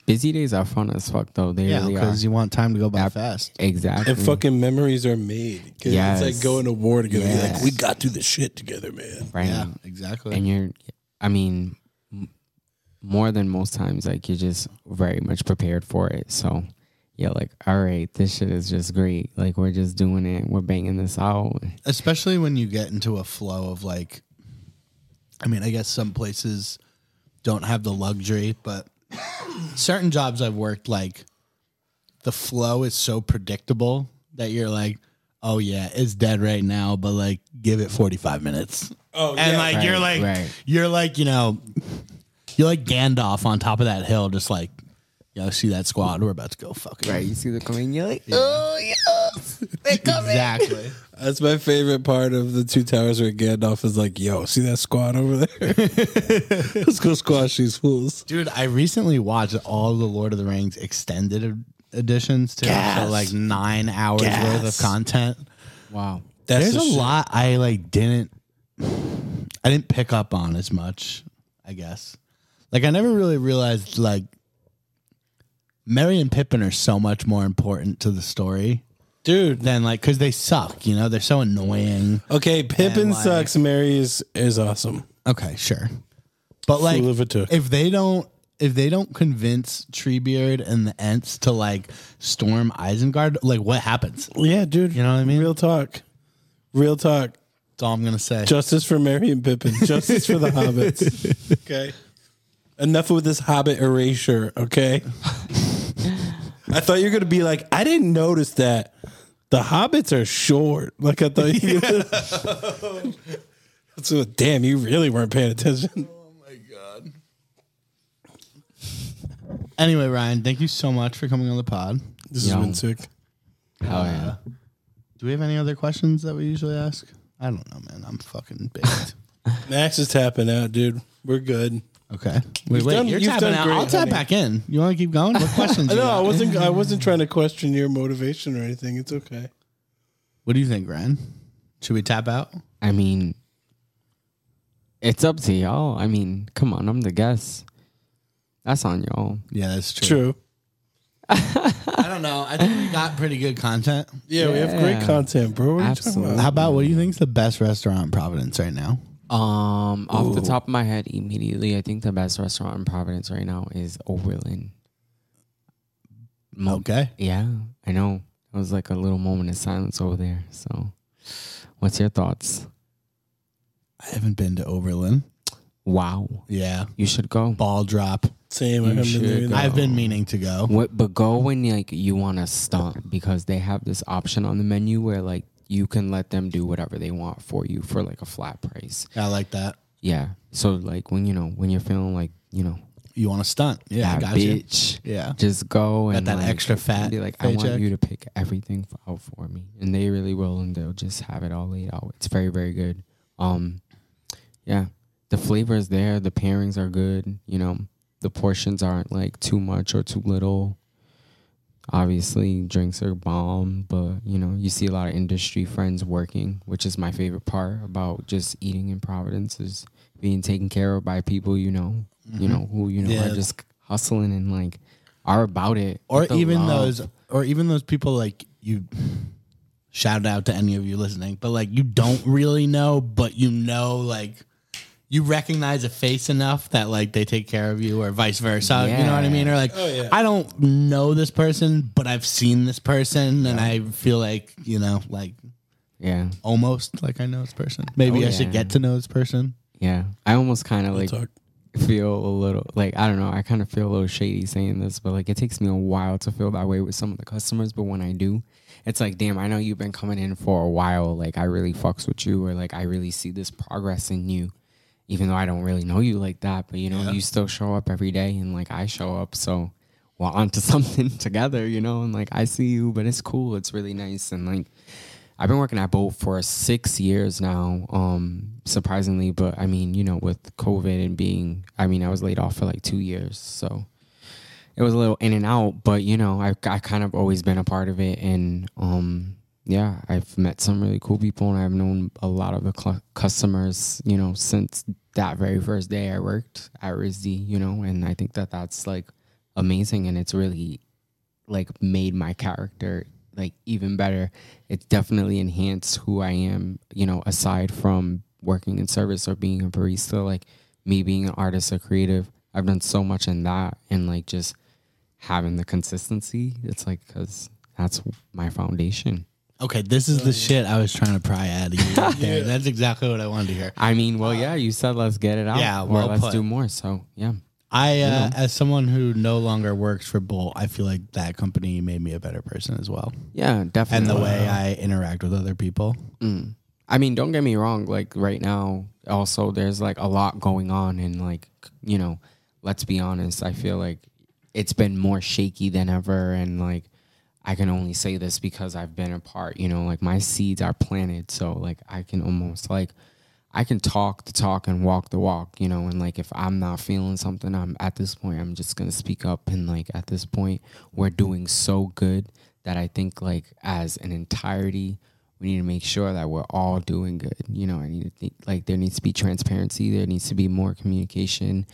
S5: Busy days are fun as fuck, though. They
S3: yeah,
S5: really are.
S3: because you want time to go by fast.
S5: exactly.
S4: And fucking memories are made. 'Cause
S5: Mm-hmm. Yes.
S4: It's like going to war together. You're
S5: Yes.
S4: like, we got through the shit together, man.
S5: right.
S3: Yeah, exactly.
S5: and you're i mean m- more than most times like you're just very much prepared for it so yeah like all right this shit is just great like we're just doing it we're banging this out
S3: especially when you get into a flow of like i mean i guess some places don't have the luxury but certain jobs i've worked like the flow is so predictable that you're like oh yeah it's dead right now but like give it 45 minutes
S4: Oh,
S3: and like you're
S5: Right,
S3: like
S5: right.
S3: you're like you know you're like gandalf on top of that hill just like you know see that squad we're about to go fucking
S5: right you see the coming you're like
S3: exactly
S4: That's my favorite part of the two towers where Gandalf is like, yo, see that squad over there? Let's go squash these fools.
S3: Dude, I recently watched all the Lord of the Rings extended ed- editions too.
S4: Gas.
S3: So like nine hours
S4: Gas.
S3: worth of content.
S5: wow
S4: That's
S3: There's
S4: the
S3: a
S4: shit.
S3: lot I like didn't I didn't pick up on as much, I guess. Like I never really realized like Merry and Pippin are so much more important to the story. Dude. Than like cause they suck, you know, they're so annoying.
S4: Okay, Pippin
S3: And, like-
S4: sucks. Mary is, is awesome.
S3: Okay, sure. But like
S4: Fool if it took.
S3: if they don't if they don't convince Treebeard and the Ents to like storm Isengard, like what happens?
S4: Yeah, dude.
S3: You know what I mean?
S4: Real talk. Real talk.
S3: That's all I'm gonna say.
S4: Justice for Mary and Pippin. Justice for the hobbits. Okay. Enough with this hobbit erasure, okay? I thought you were going to be like, I didn't notice that. The hobbits are short. Like, I thought you So, damn, you really weren't paying attention.
S3: anyway, Ryan, thank you so much for coming on the pod.
S4: This
S5: Yo.
S4: has been sick.
S5: hell yeah
S3: Do we have any other questions that we usually ask? I don't know, man. I'm fucking baked.
S4: Max is tapping out, dude. We're good.
S3: okay. Wait, wait,
S4: done-
S3: you're
S4: you've
S3: tapping
S4: done
S3: out.
S4: great,
S3: I'll tap
S4: honey.
S3: back in. You wanna keep going? What questions? you
S4: No, I
S3: got?
S4: wasn't. I wasn't trying to question your motivation or anything. It's okay.
S3: What do you think, Ryan? Should we tap out?
S5: i mean It's up to y'all. I mean, come on, I'm the guest. That's on y'all.
S3: Yeah, that's true.
S4: True.
S3: I don't know. I think we got pretty good content.
S4: Yeah, we have great
S5: Yeah.
S4: content, bro. What are you
S5: Absolutely.
S3: How about what do you think is the best restaurant in Providence right now?
S5: Um, off the top of my head, immediately, I think the best restaurant in Providence right now is Oberlin. Mo-
S3: Okay.
S5: Yeah, I know. It was like a little moment of silence over there. So, what's your thoughts?
S3: I haven't been to Overland.
S5: Wow,
S3: Yeah.
S5: you should go.
S3: Ball drop.
S4: Same. I
S5: You
S4: haven't
S5: should
S4: been
S5: go.
S4: there either.
S3: I've been meaning to go.
S5: What, but go when like you want to stop because they have this option on the menu where like you can let them do whatever they want for you for like a flat price.
S3: I like that.
S5: Yeah. So like when you know when you're feeling like you know
S3: You want to stunt? Yeah, I
S5: that
S3: got you.
S5: bitch.
S3: Yeah.
S5: Just go and
S3: that
S5: like,
S3: extra fat
S5: Be like, I
S3: paycheck.
S5: want you to pick everything f- out for me, and they really will, and they'll just have it all laid out. It's very, very good. Um, yeah, the flavor is there. The pairings are good. You know, the portions aren't like too much or too little. Obviously, drinks are bomb, but you know, you see a lot of industry friends working, which is my favorite part about just eating in Providence is being taken care of by people you know, you know who you know
S3: Mm-hmm. Yeah.
S5: are just hustling and like are about it.
S3: Or
S5: with the
S3: even
S5: love.
S3: those, or even those people like you. Shout out to any of you listening, but like you don't really know, but you know, like you recognize a face enough that like they take care of you, or vice versa. You know what I
S5: Yeah.
S3: mean? Or like, I don't know this person, but I've seen this person, and I feel like you know, like
S5: Yeah,
S3: almost like I know this person. Maybe
S5: Oh,
S3: I should
S5: yeah.
S3: get to know this person.
S5: yeah. I almost kind of like
S4: Talk.
S5: feel a little like I don't know. I kind of feel a little shady saying this, but like it takes me a while to feel that way with some of the customers. But when I do, it's like, damn, I know you've been coming in for a while. Like I really fucks with you, or like I really see this progress in you, even though I don't really know you like that. But you know, you still show up every day, and like I show up, so we're onto something together, you know. And like I see you, but it's cool. It's really nice, and like I've been working at Bolt for six years now, um, surprisingly. But I mean, you know, with COVID and being, I mean, I was laid off for like two years. So it was a little in and out, but you know, I've, i kind of always been a part of it. And um, yeah, I've met some really cool people and I've known a lot of the cl- customers, you know, since that very first day I worked at RISD, you know, and I think that that's like amazing and it's really like made my character like even better. It's definitely enhanced who I am, you know, aside from working in service or being a barista, like me being an artist or creative. I've done so much in that and like just having the consistency. It's like because that's my foundation.
S3: Okay, this
S5: Oh,
S3: is the shit I was trying to pry out of you. right there. That's exactly what I wanted to hear.
S5: I mean, well, yeah, you said let's get it out.
S3: Yeah,
S5: or
S3: well
S5: let's
S3: put.
S5: do more. So yeah,
S3: I, uh, as someone who no longer works for Bolt, I feel like that company made me a better person as well.
S5: yeah,
S3: And
S5: definitely.
S3: the way I interact with other people.
S5: I mean, don't get me wrong. Like right now, also there's like a lot going on, and like you know, let's be honest. I feel like it's been more shaky than ever, and like I can only say this because I've been a part. You know, like my seeds are planted, so like I can almost like I can talk the talk and walk the walk. You know, and like if I'm not feeling something, I'm at this point, I'm just gonna speak up, and like at this point, we're doing so good that I think like as an entirety we need to make sure that we're all doing good. You know, I need to think like there needs to be transparency. There needs to be more communication.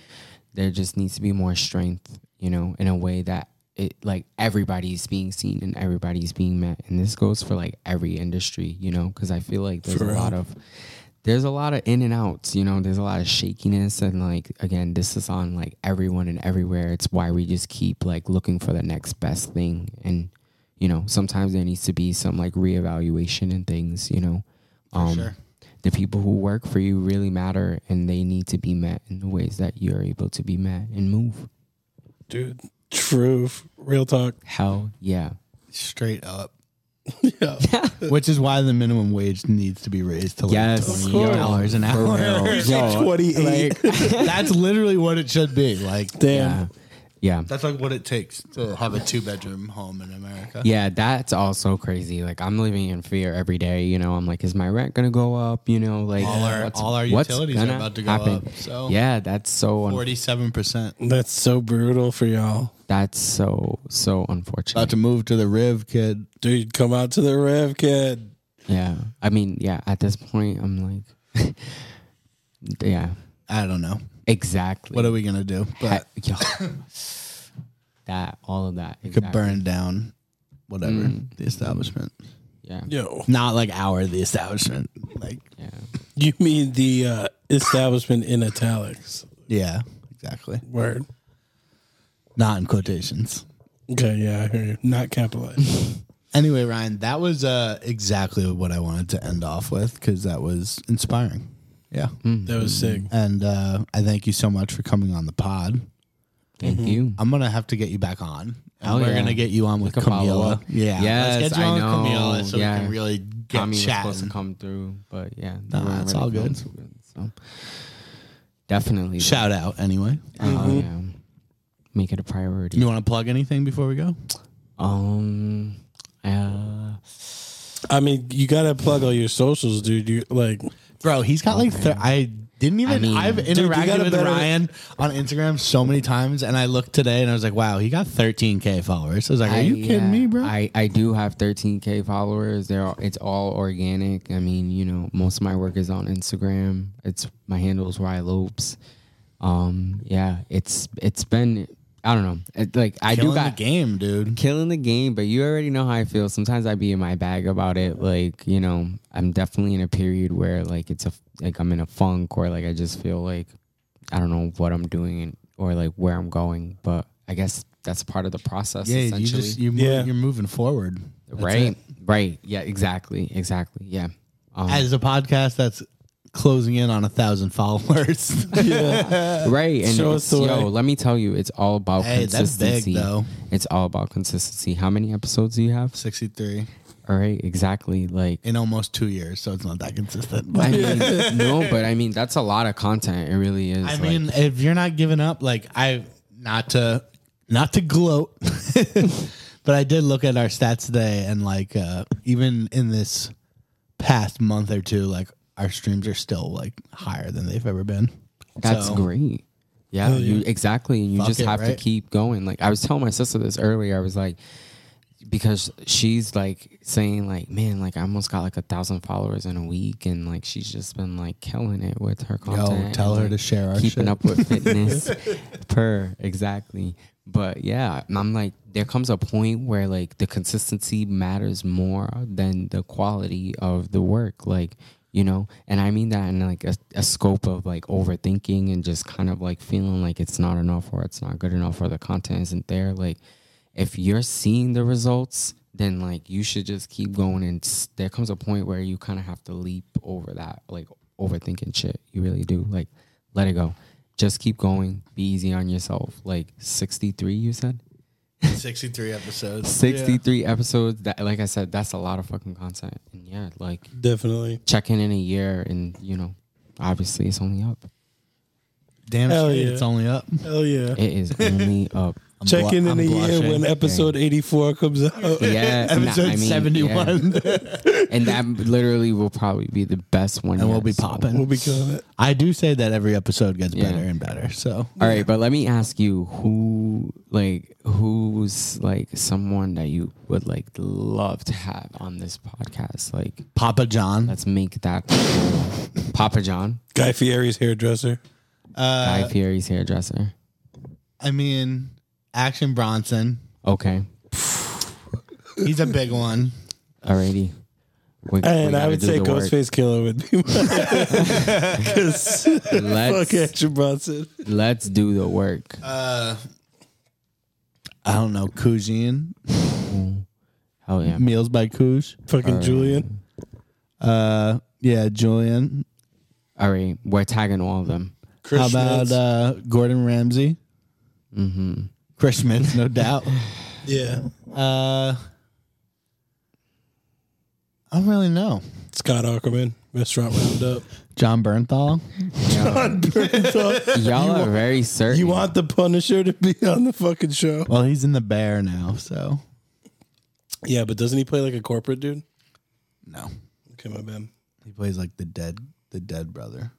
S5: There just needs to be more strength. You know, in a way that it like everybody's being seen and everybody's being met. And this goes for like every industry. You know, because I feel like there's a lot of there's a lot of in and outs. You know, there's a lot of shakiness and like again, this is on like everyone and everywhere. It's why we just keep like looking for the next best thing and you know, sometimes there needs to be some like reevaluation and things, you know. Um the people who work for you really matter and they need to be met in the ways that you're able to be met and move.
S4: dude. Truth. Real talk.
S5: Hell yeah.
S3: Straight up. Which is why the minimum wage needs to be raised to like
S5: Yes. Of course.
S3: $28 an hour.
S5: Yo,
S4: 28.
S3: That's literally what it should be. Like,
S4: Damn.
S5: yeah. Yeah.
S3: that's like what it takes to have a two bedroom home in America.
S5: Yeah, that's also crazy. Like I'm living in fear every day, you know. I'm like, is my rent gonna go up? You know, like
S3: All our-
S5: what's-
S3: all our
S5: what's
S3: utilities are
S5: gonna
S3: about to go up, so-
S5: yeah, that's so un-
S3: 47%.
S4: That's so brutal for y'all.
S5: that's so so unfortunate.
S3: About to move to the Riv, kid.
S4: Dude, come out to the Rev Kid.
S5: Yeah. I mean, yeah, at this point, I'm like, Yeah,
S3: I don't know.
S5: exactly.
S3: What are we gonna do?
S5: Ha-
S3: But
S5: yo. that all of that
S3: could
S5: exactly.
S3: burn down whatever the establishment.
S5: Yeah,
S4: Yo,
S3: Not like our the establishment. Like
S5: yeah.
S4: you mean the uh, establishment in italics?
S3: yeah, exactly.
S4: Word.
S3: Not in quotations.
S4: Okay, yeah, I hear you. Not capitalized.
S3: Anyway, Ryan, that was uh, exactly what I wanted to end off with because that was inspiring. Yeah.
S5: Hmm.
S4: that was sick.
S3: And uh, I thank you so much for coming on the pod.
S5: Thank you.
S3: Mm-hmm. I'm gonna have to get you back on. And
S5: Oh,
S3: we're
S5: yeah.
S3: gonna get you on with
S5: Like a
S3: Camila.
S5: follow-up.
S3: Yeah,
S5: Yes,
S3: let's get you
S5: I
S3: on
S5: know.
S3: with Camila so
S5: Yeah.
S3: we can really get
S5: Tommy was supposed to
S3: chatting.
S5: come through, but yeah, they
S3: Nah,
S5: weren't
S3: it's all
S5: feeling
S3: good.
S5: so so. Definitely.
S3: Shout out anyway.
S5: uh, yeah. Make it a priority.
S3: Mm-hmm. You want to plug anything before we go?
S5: Um. Uh,
S4: I mean, you gotta plug all your socials, dude. You like,
S3: Bro, he's got like th- I didn't even I
S5: I mean-
S3: have
S5: Dude,
S4: you
S3: interacted
S4: gotta
S3: with
S4: better-
S3: Ryan on Instagram so many times and I looked today and I was like, wow, he got 13k followers. I was like, are
S5: I-
S3: you kidding
S5: yeah,
S3: me, bro?
S5: I, I do have 13k followers. They're all, it's all organic. I mean, you know, most of my work is on Instagram. It's my handle is Rye Lopes. Um, yeah, it's it's been I don't know. It, like I
S3: Killing
S5: do got
S3: the game, dude.
S5: killing the game, but you already know how I feel. Sometimes I be in my bag about it. Like, you know, I'm definitely in a period where like it's a like I'm in a funk or like I just feel like I don't know what I'm doing or like where I'm going. But I guess that's part of the process
S3: Yeah, you
S5: essentially.
S3: just you
S4: Yeah.
S3: you're moving forward. That's
S5: right.
S3: it.
S5: Right. Yeah, exactly. Exactly. Yeah. Um,
S3: As a podcast that's closing in on a thousand followers. Uh,
S5: right. And
S4: Show
S5: it's-
S4: us the
S5: yo,
S4: way.
S5: let me tell you, it's all about
S3: Hey, that's big,
S5: consistency.
S3: though.
S5: It's all about consistency. How many episodes do you have?
S3: 63
S5: All right, exactly. Like
S3: in almost two years, so it's not that consistent.
S5: I mean, no, but I mean, that's a lot of content. It really is.
S3: I
S5: like-
S3: mean, if you're not giving up, like I not to not to gloat, but I did look at our stats today, and like uh, even in this past month or two, like our streams are still like higher than they've ever been.
S5: that's
S3: so-
S5: great. Yeah, you exactly. And you
S3: Fuck
S5: just
S3: it,
S5: have
S3: right?
S5: to keep going. Like I was telling my sister this earlier. I was like, because she's like saying like, man, like I almost got like a thousand followers in a week, and like she's just been like killing it with her content.
S3: tell
S5: and,
S3: her to
S5: like,
S3: share our
S5: keeping
S3: shit.
S5: up with fitness per exactly. But yeah, and I'm like, there comes a point where like the consistency matters more than the quality of the work. Like, you know, and I mean that in like a, a scope of like overthinking and just kind of like feeling like it's not enough or it's not good enough or the content isn't there. Like, if you're seeing the results, then like you should just keep going. And s- there comes a point where you kind of have to leap over that, like overthinking shit. You really do. Like, let it go. Just keep going. Be easy on yourself. Like 63, you said?
S3: 63 episodes.
S5: 63 episodes. That, like I said, that's a lot of fucking content. And yeah, like
S4: definitely.
S5: check in in a year and, you know, obviously it's only up.
S3: Damn
S4: Hell
S3: straight,
S4: yeah.
S3: it's only up.
S4: Hell yeah.
S5: It is only up.
S3: I'm
S4: Check in
S3: blu- I'm
S4: in a year
S3: blushing.
S4: when episode 84 comes out.
S5: Yeah. nah, I
S3: episode
S5: mean, yeah.
S3: 71,
S5: And that literally will probably be the best one.
S3: and we'll
S5: yet,
S3: be
S5: so-
S3: popping.
S4: We'll be killing it.
S3: I do say that every episode gets
S5: Yeah.
S3: better and better. So
S5: All right, but let me ask you who like who's like someone that you would like love to have on this podcast? Like
S3: Papa John,
S5: let's make that Papa John,
S4: Guy Fieri's hairdresser.
S3: Uh,
S5: Guy Fieri's hairdresser.
S3: I mean, Action Bronson,
S5: Okay.
S3: he's a big one.
S5: Alrighty. We,
S4: And I would say Ghostface
S5: Ghostface.
S4: Killer would be Because
S5: Let's
S4: fuck Andrew Bronson.
S5: let's do the work.
S3: Uh, I don't know, Kujin,
S5: Hell yeah.
S3: Meals by Kuj.
S4: Fucking Julian.
S3: Uh, yeah, Julian.
S5: All right. We're tagging all of them.
S4: Chris
S3: How about
S4: Schmitz.
S3: uh, Gordon Ramsay? Mm-hmm. Chris Schmitz, no doubt.
S4: yeah.
S3: Uh, I don't really know.
S4: Scott Ackerman. Restaurant Roundup.
S3: John Bernthal.
S5: Y'all are very certain.
S4: You want the Punisher to be on the fucking show?
S3: Well, he's in the Bear now, so
S4: Yeah, but doesn't he play like a corporate dude?
S3: no,
S4: Okay, my bad.
S3: he plays like the dead, the dead brother.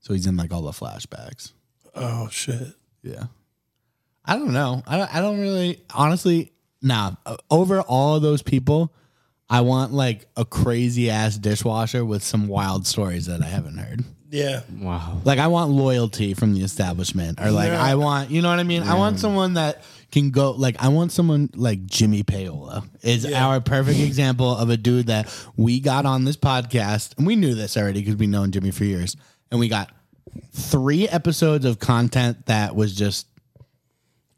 S3: So he's in like all the flashbacks.
S4: Oh shit.
S3: Yeah. I don't know. I don't, I don't really, honestly, nah. Uh, Over all of those people, I want like a crazy ass dishwasher with some wild stories that I haven't heard.
S4: Yeah.
S5: Wow.
S3: Like I want loyalty from the establishment, or like
S4: Yeah.
S3: I want, you know what I mean. I want someone that can go. Like I want someone like Jimmy Paola is
S4: Yeah.
S3: our perfect example of a dude that we got on this podcast, and we knew this already because we known Jimmy for years, and we got three episodes of content that was just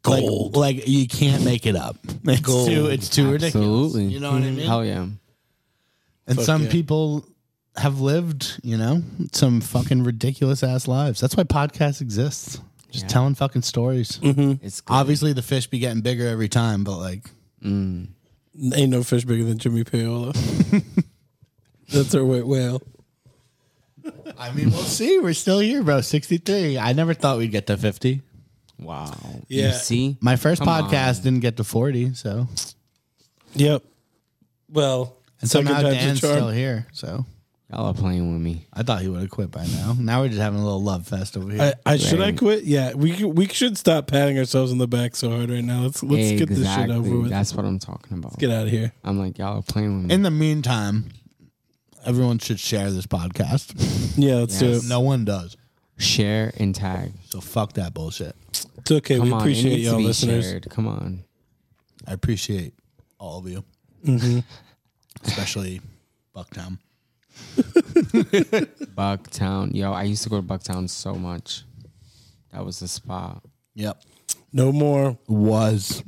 S3: like-
S4: Gold.
S3: Like, you can't make it up. It's
S4: Gold.
S3: too. It's too ridiculous.
S5: Absolutely.
S3: You know what I mean?
S5: Hell yeah.
S3: And
S4: Fuck
S3: some
S4: yeah.
S3: people have lived, you know, some fucking ridiculous ass lives. That's why podcasts exist. Just telling fucking stories.
S5: It's good.
S3: Obviously, the fish be getting bigger every time, but like,
S4: Ain't no fish bigger than Jimmy Paola. That's our white whale.
S3: I mean, we'll see. We're still here, bro. 63. I never thought we'd get to 50.
S5: wow. You
S4: Yeah.
S5: see?
S3: My first
S5: Come
S3: podcast didn't get to 40, so.
S4: Yep. Well,
S3: And so
S4: second
S3: now
S4: time's a
S3: Dan's
S4: charm.
S3: still here, so.
S5: Y'all are playing with me.
S3: I thought he would have quit by now. Now we're just having a little love fest over here.
S4: I, I should I
S5: Right.
S4: quit? Yeah, we c- we should stop patting ourselves on the back so hard right now. Let's let's get this shit over with.
S5: That's what I'm talking about.
S4: get out of here.
S5: I'm like, y'all are playing with me.
S3: In the meantime, everyone should share this podcast.
S4: Yeah, let's do
S5: Yes.
S4: it.
S3: no one does.
S5: Share and tag.
S3: So fuck that bullshit.
S4: It's okay.
S5: Come
S4: we
S5: on. it
S4: appreciate
S5: needs to
S4: y'all,
S5: be
S4: listeners.
S5: shared. Come on.
S3: I appreciate all of you, especially Bucktown.
S5: Bucktown. Yo, I used to go to Bucktown so much. That was the spot.
S3: Yep,
S4: No more.
S3: was.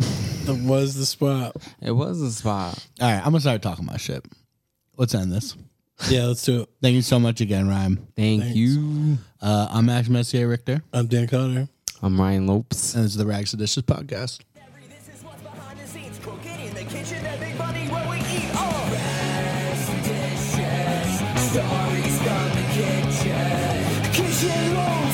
S4: That was the spot.
S5: It was the spot.
S3: all right, I'm gonna start talking my shit. Let's end this.
S4: Yeah, let's do it.
S3: Thank you so much again, Ryan.
S5: Thank you.
S3: Uh, I'm Ash Messier Richter,
S4: I'm Dan Connor.
S5: I'm Ryan Lopes.
S3: and this is the Rags to Dishes podcast.
S2: This is what's behind the scenes. Crooked in the kitchen, that big money where we eat all. Rest dishes, stories from the kitchen.
S1: Kitchen rolls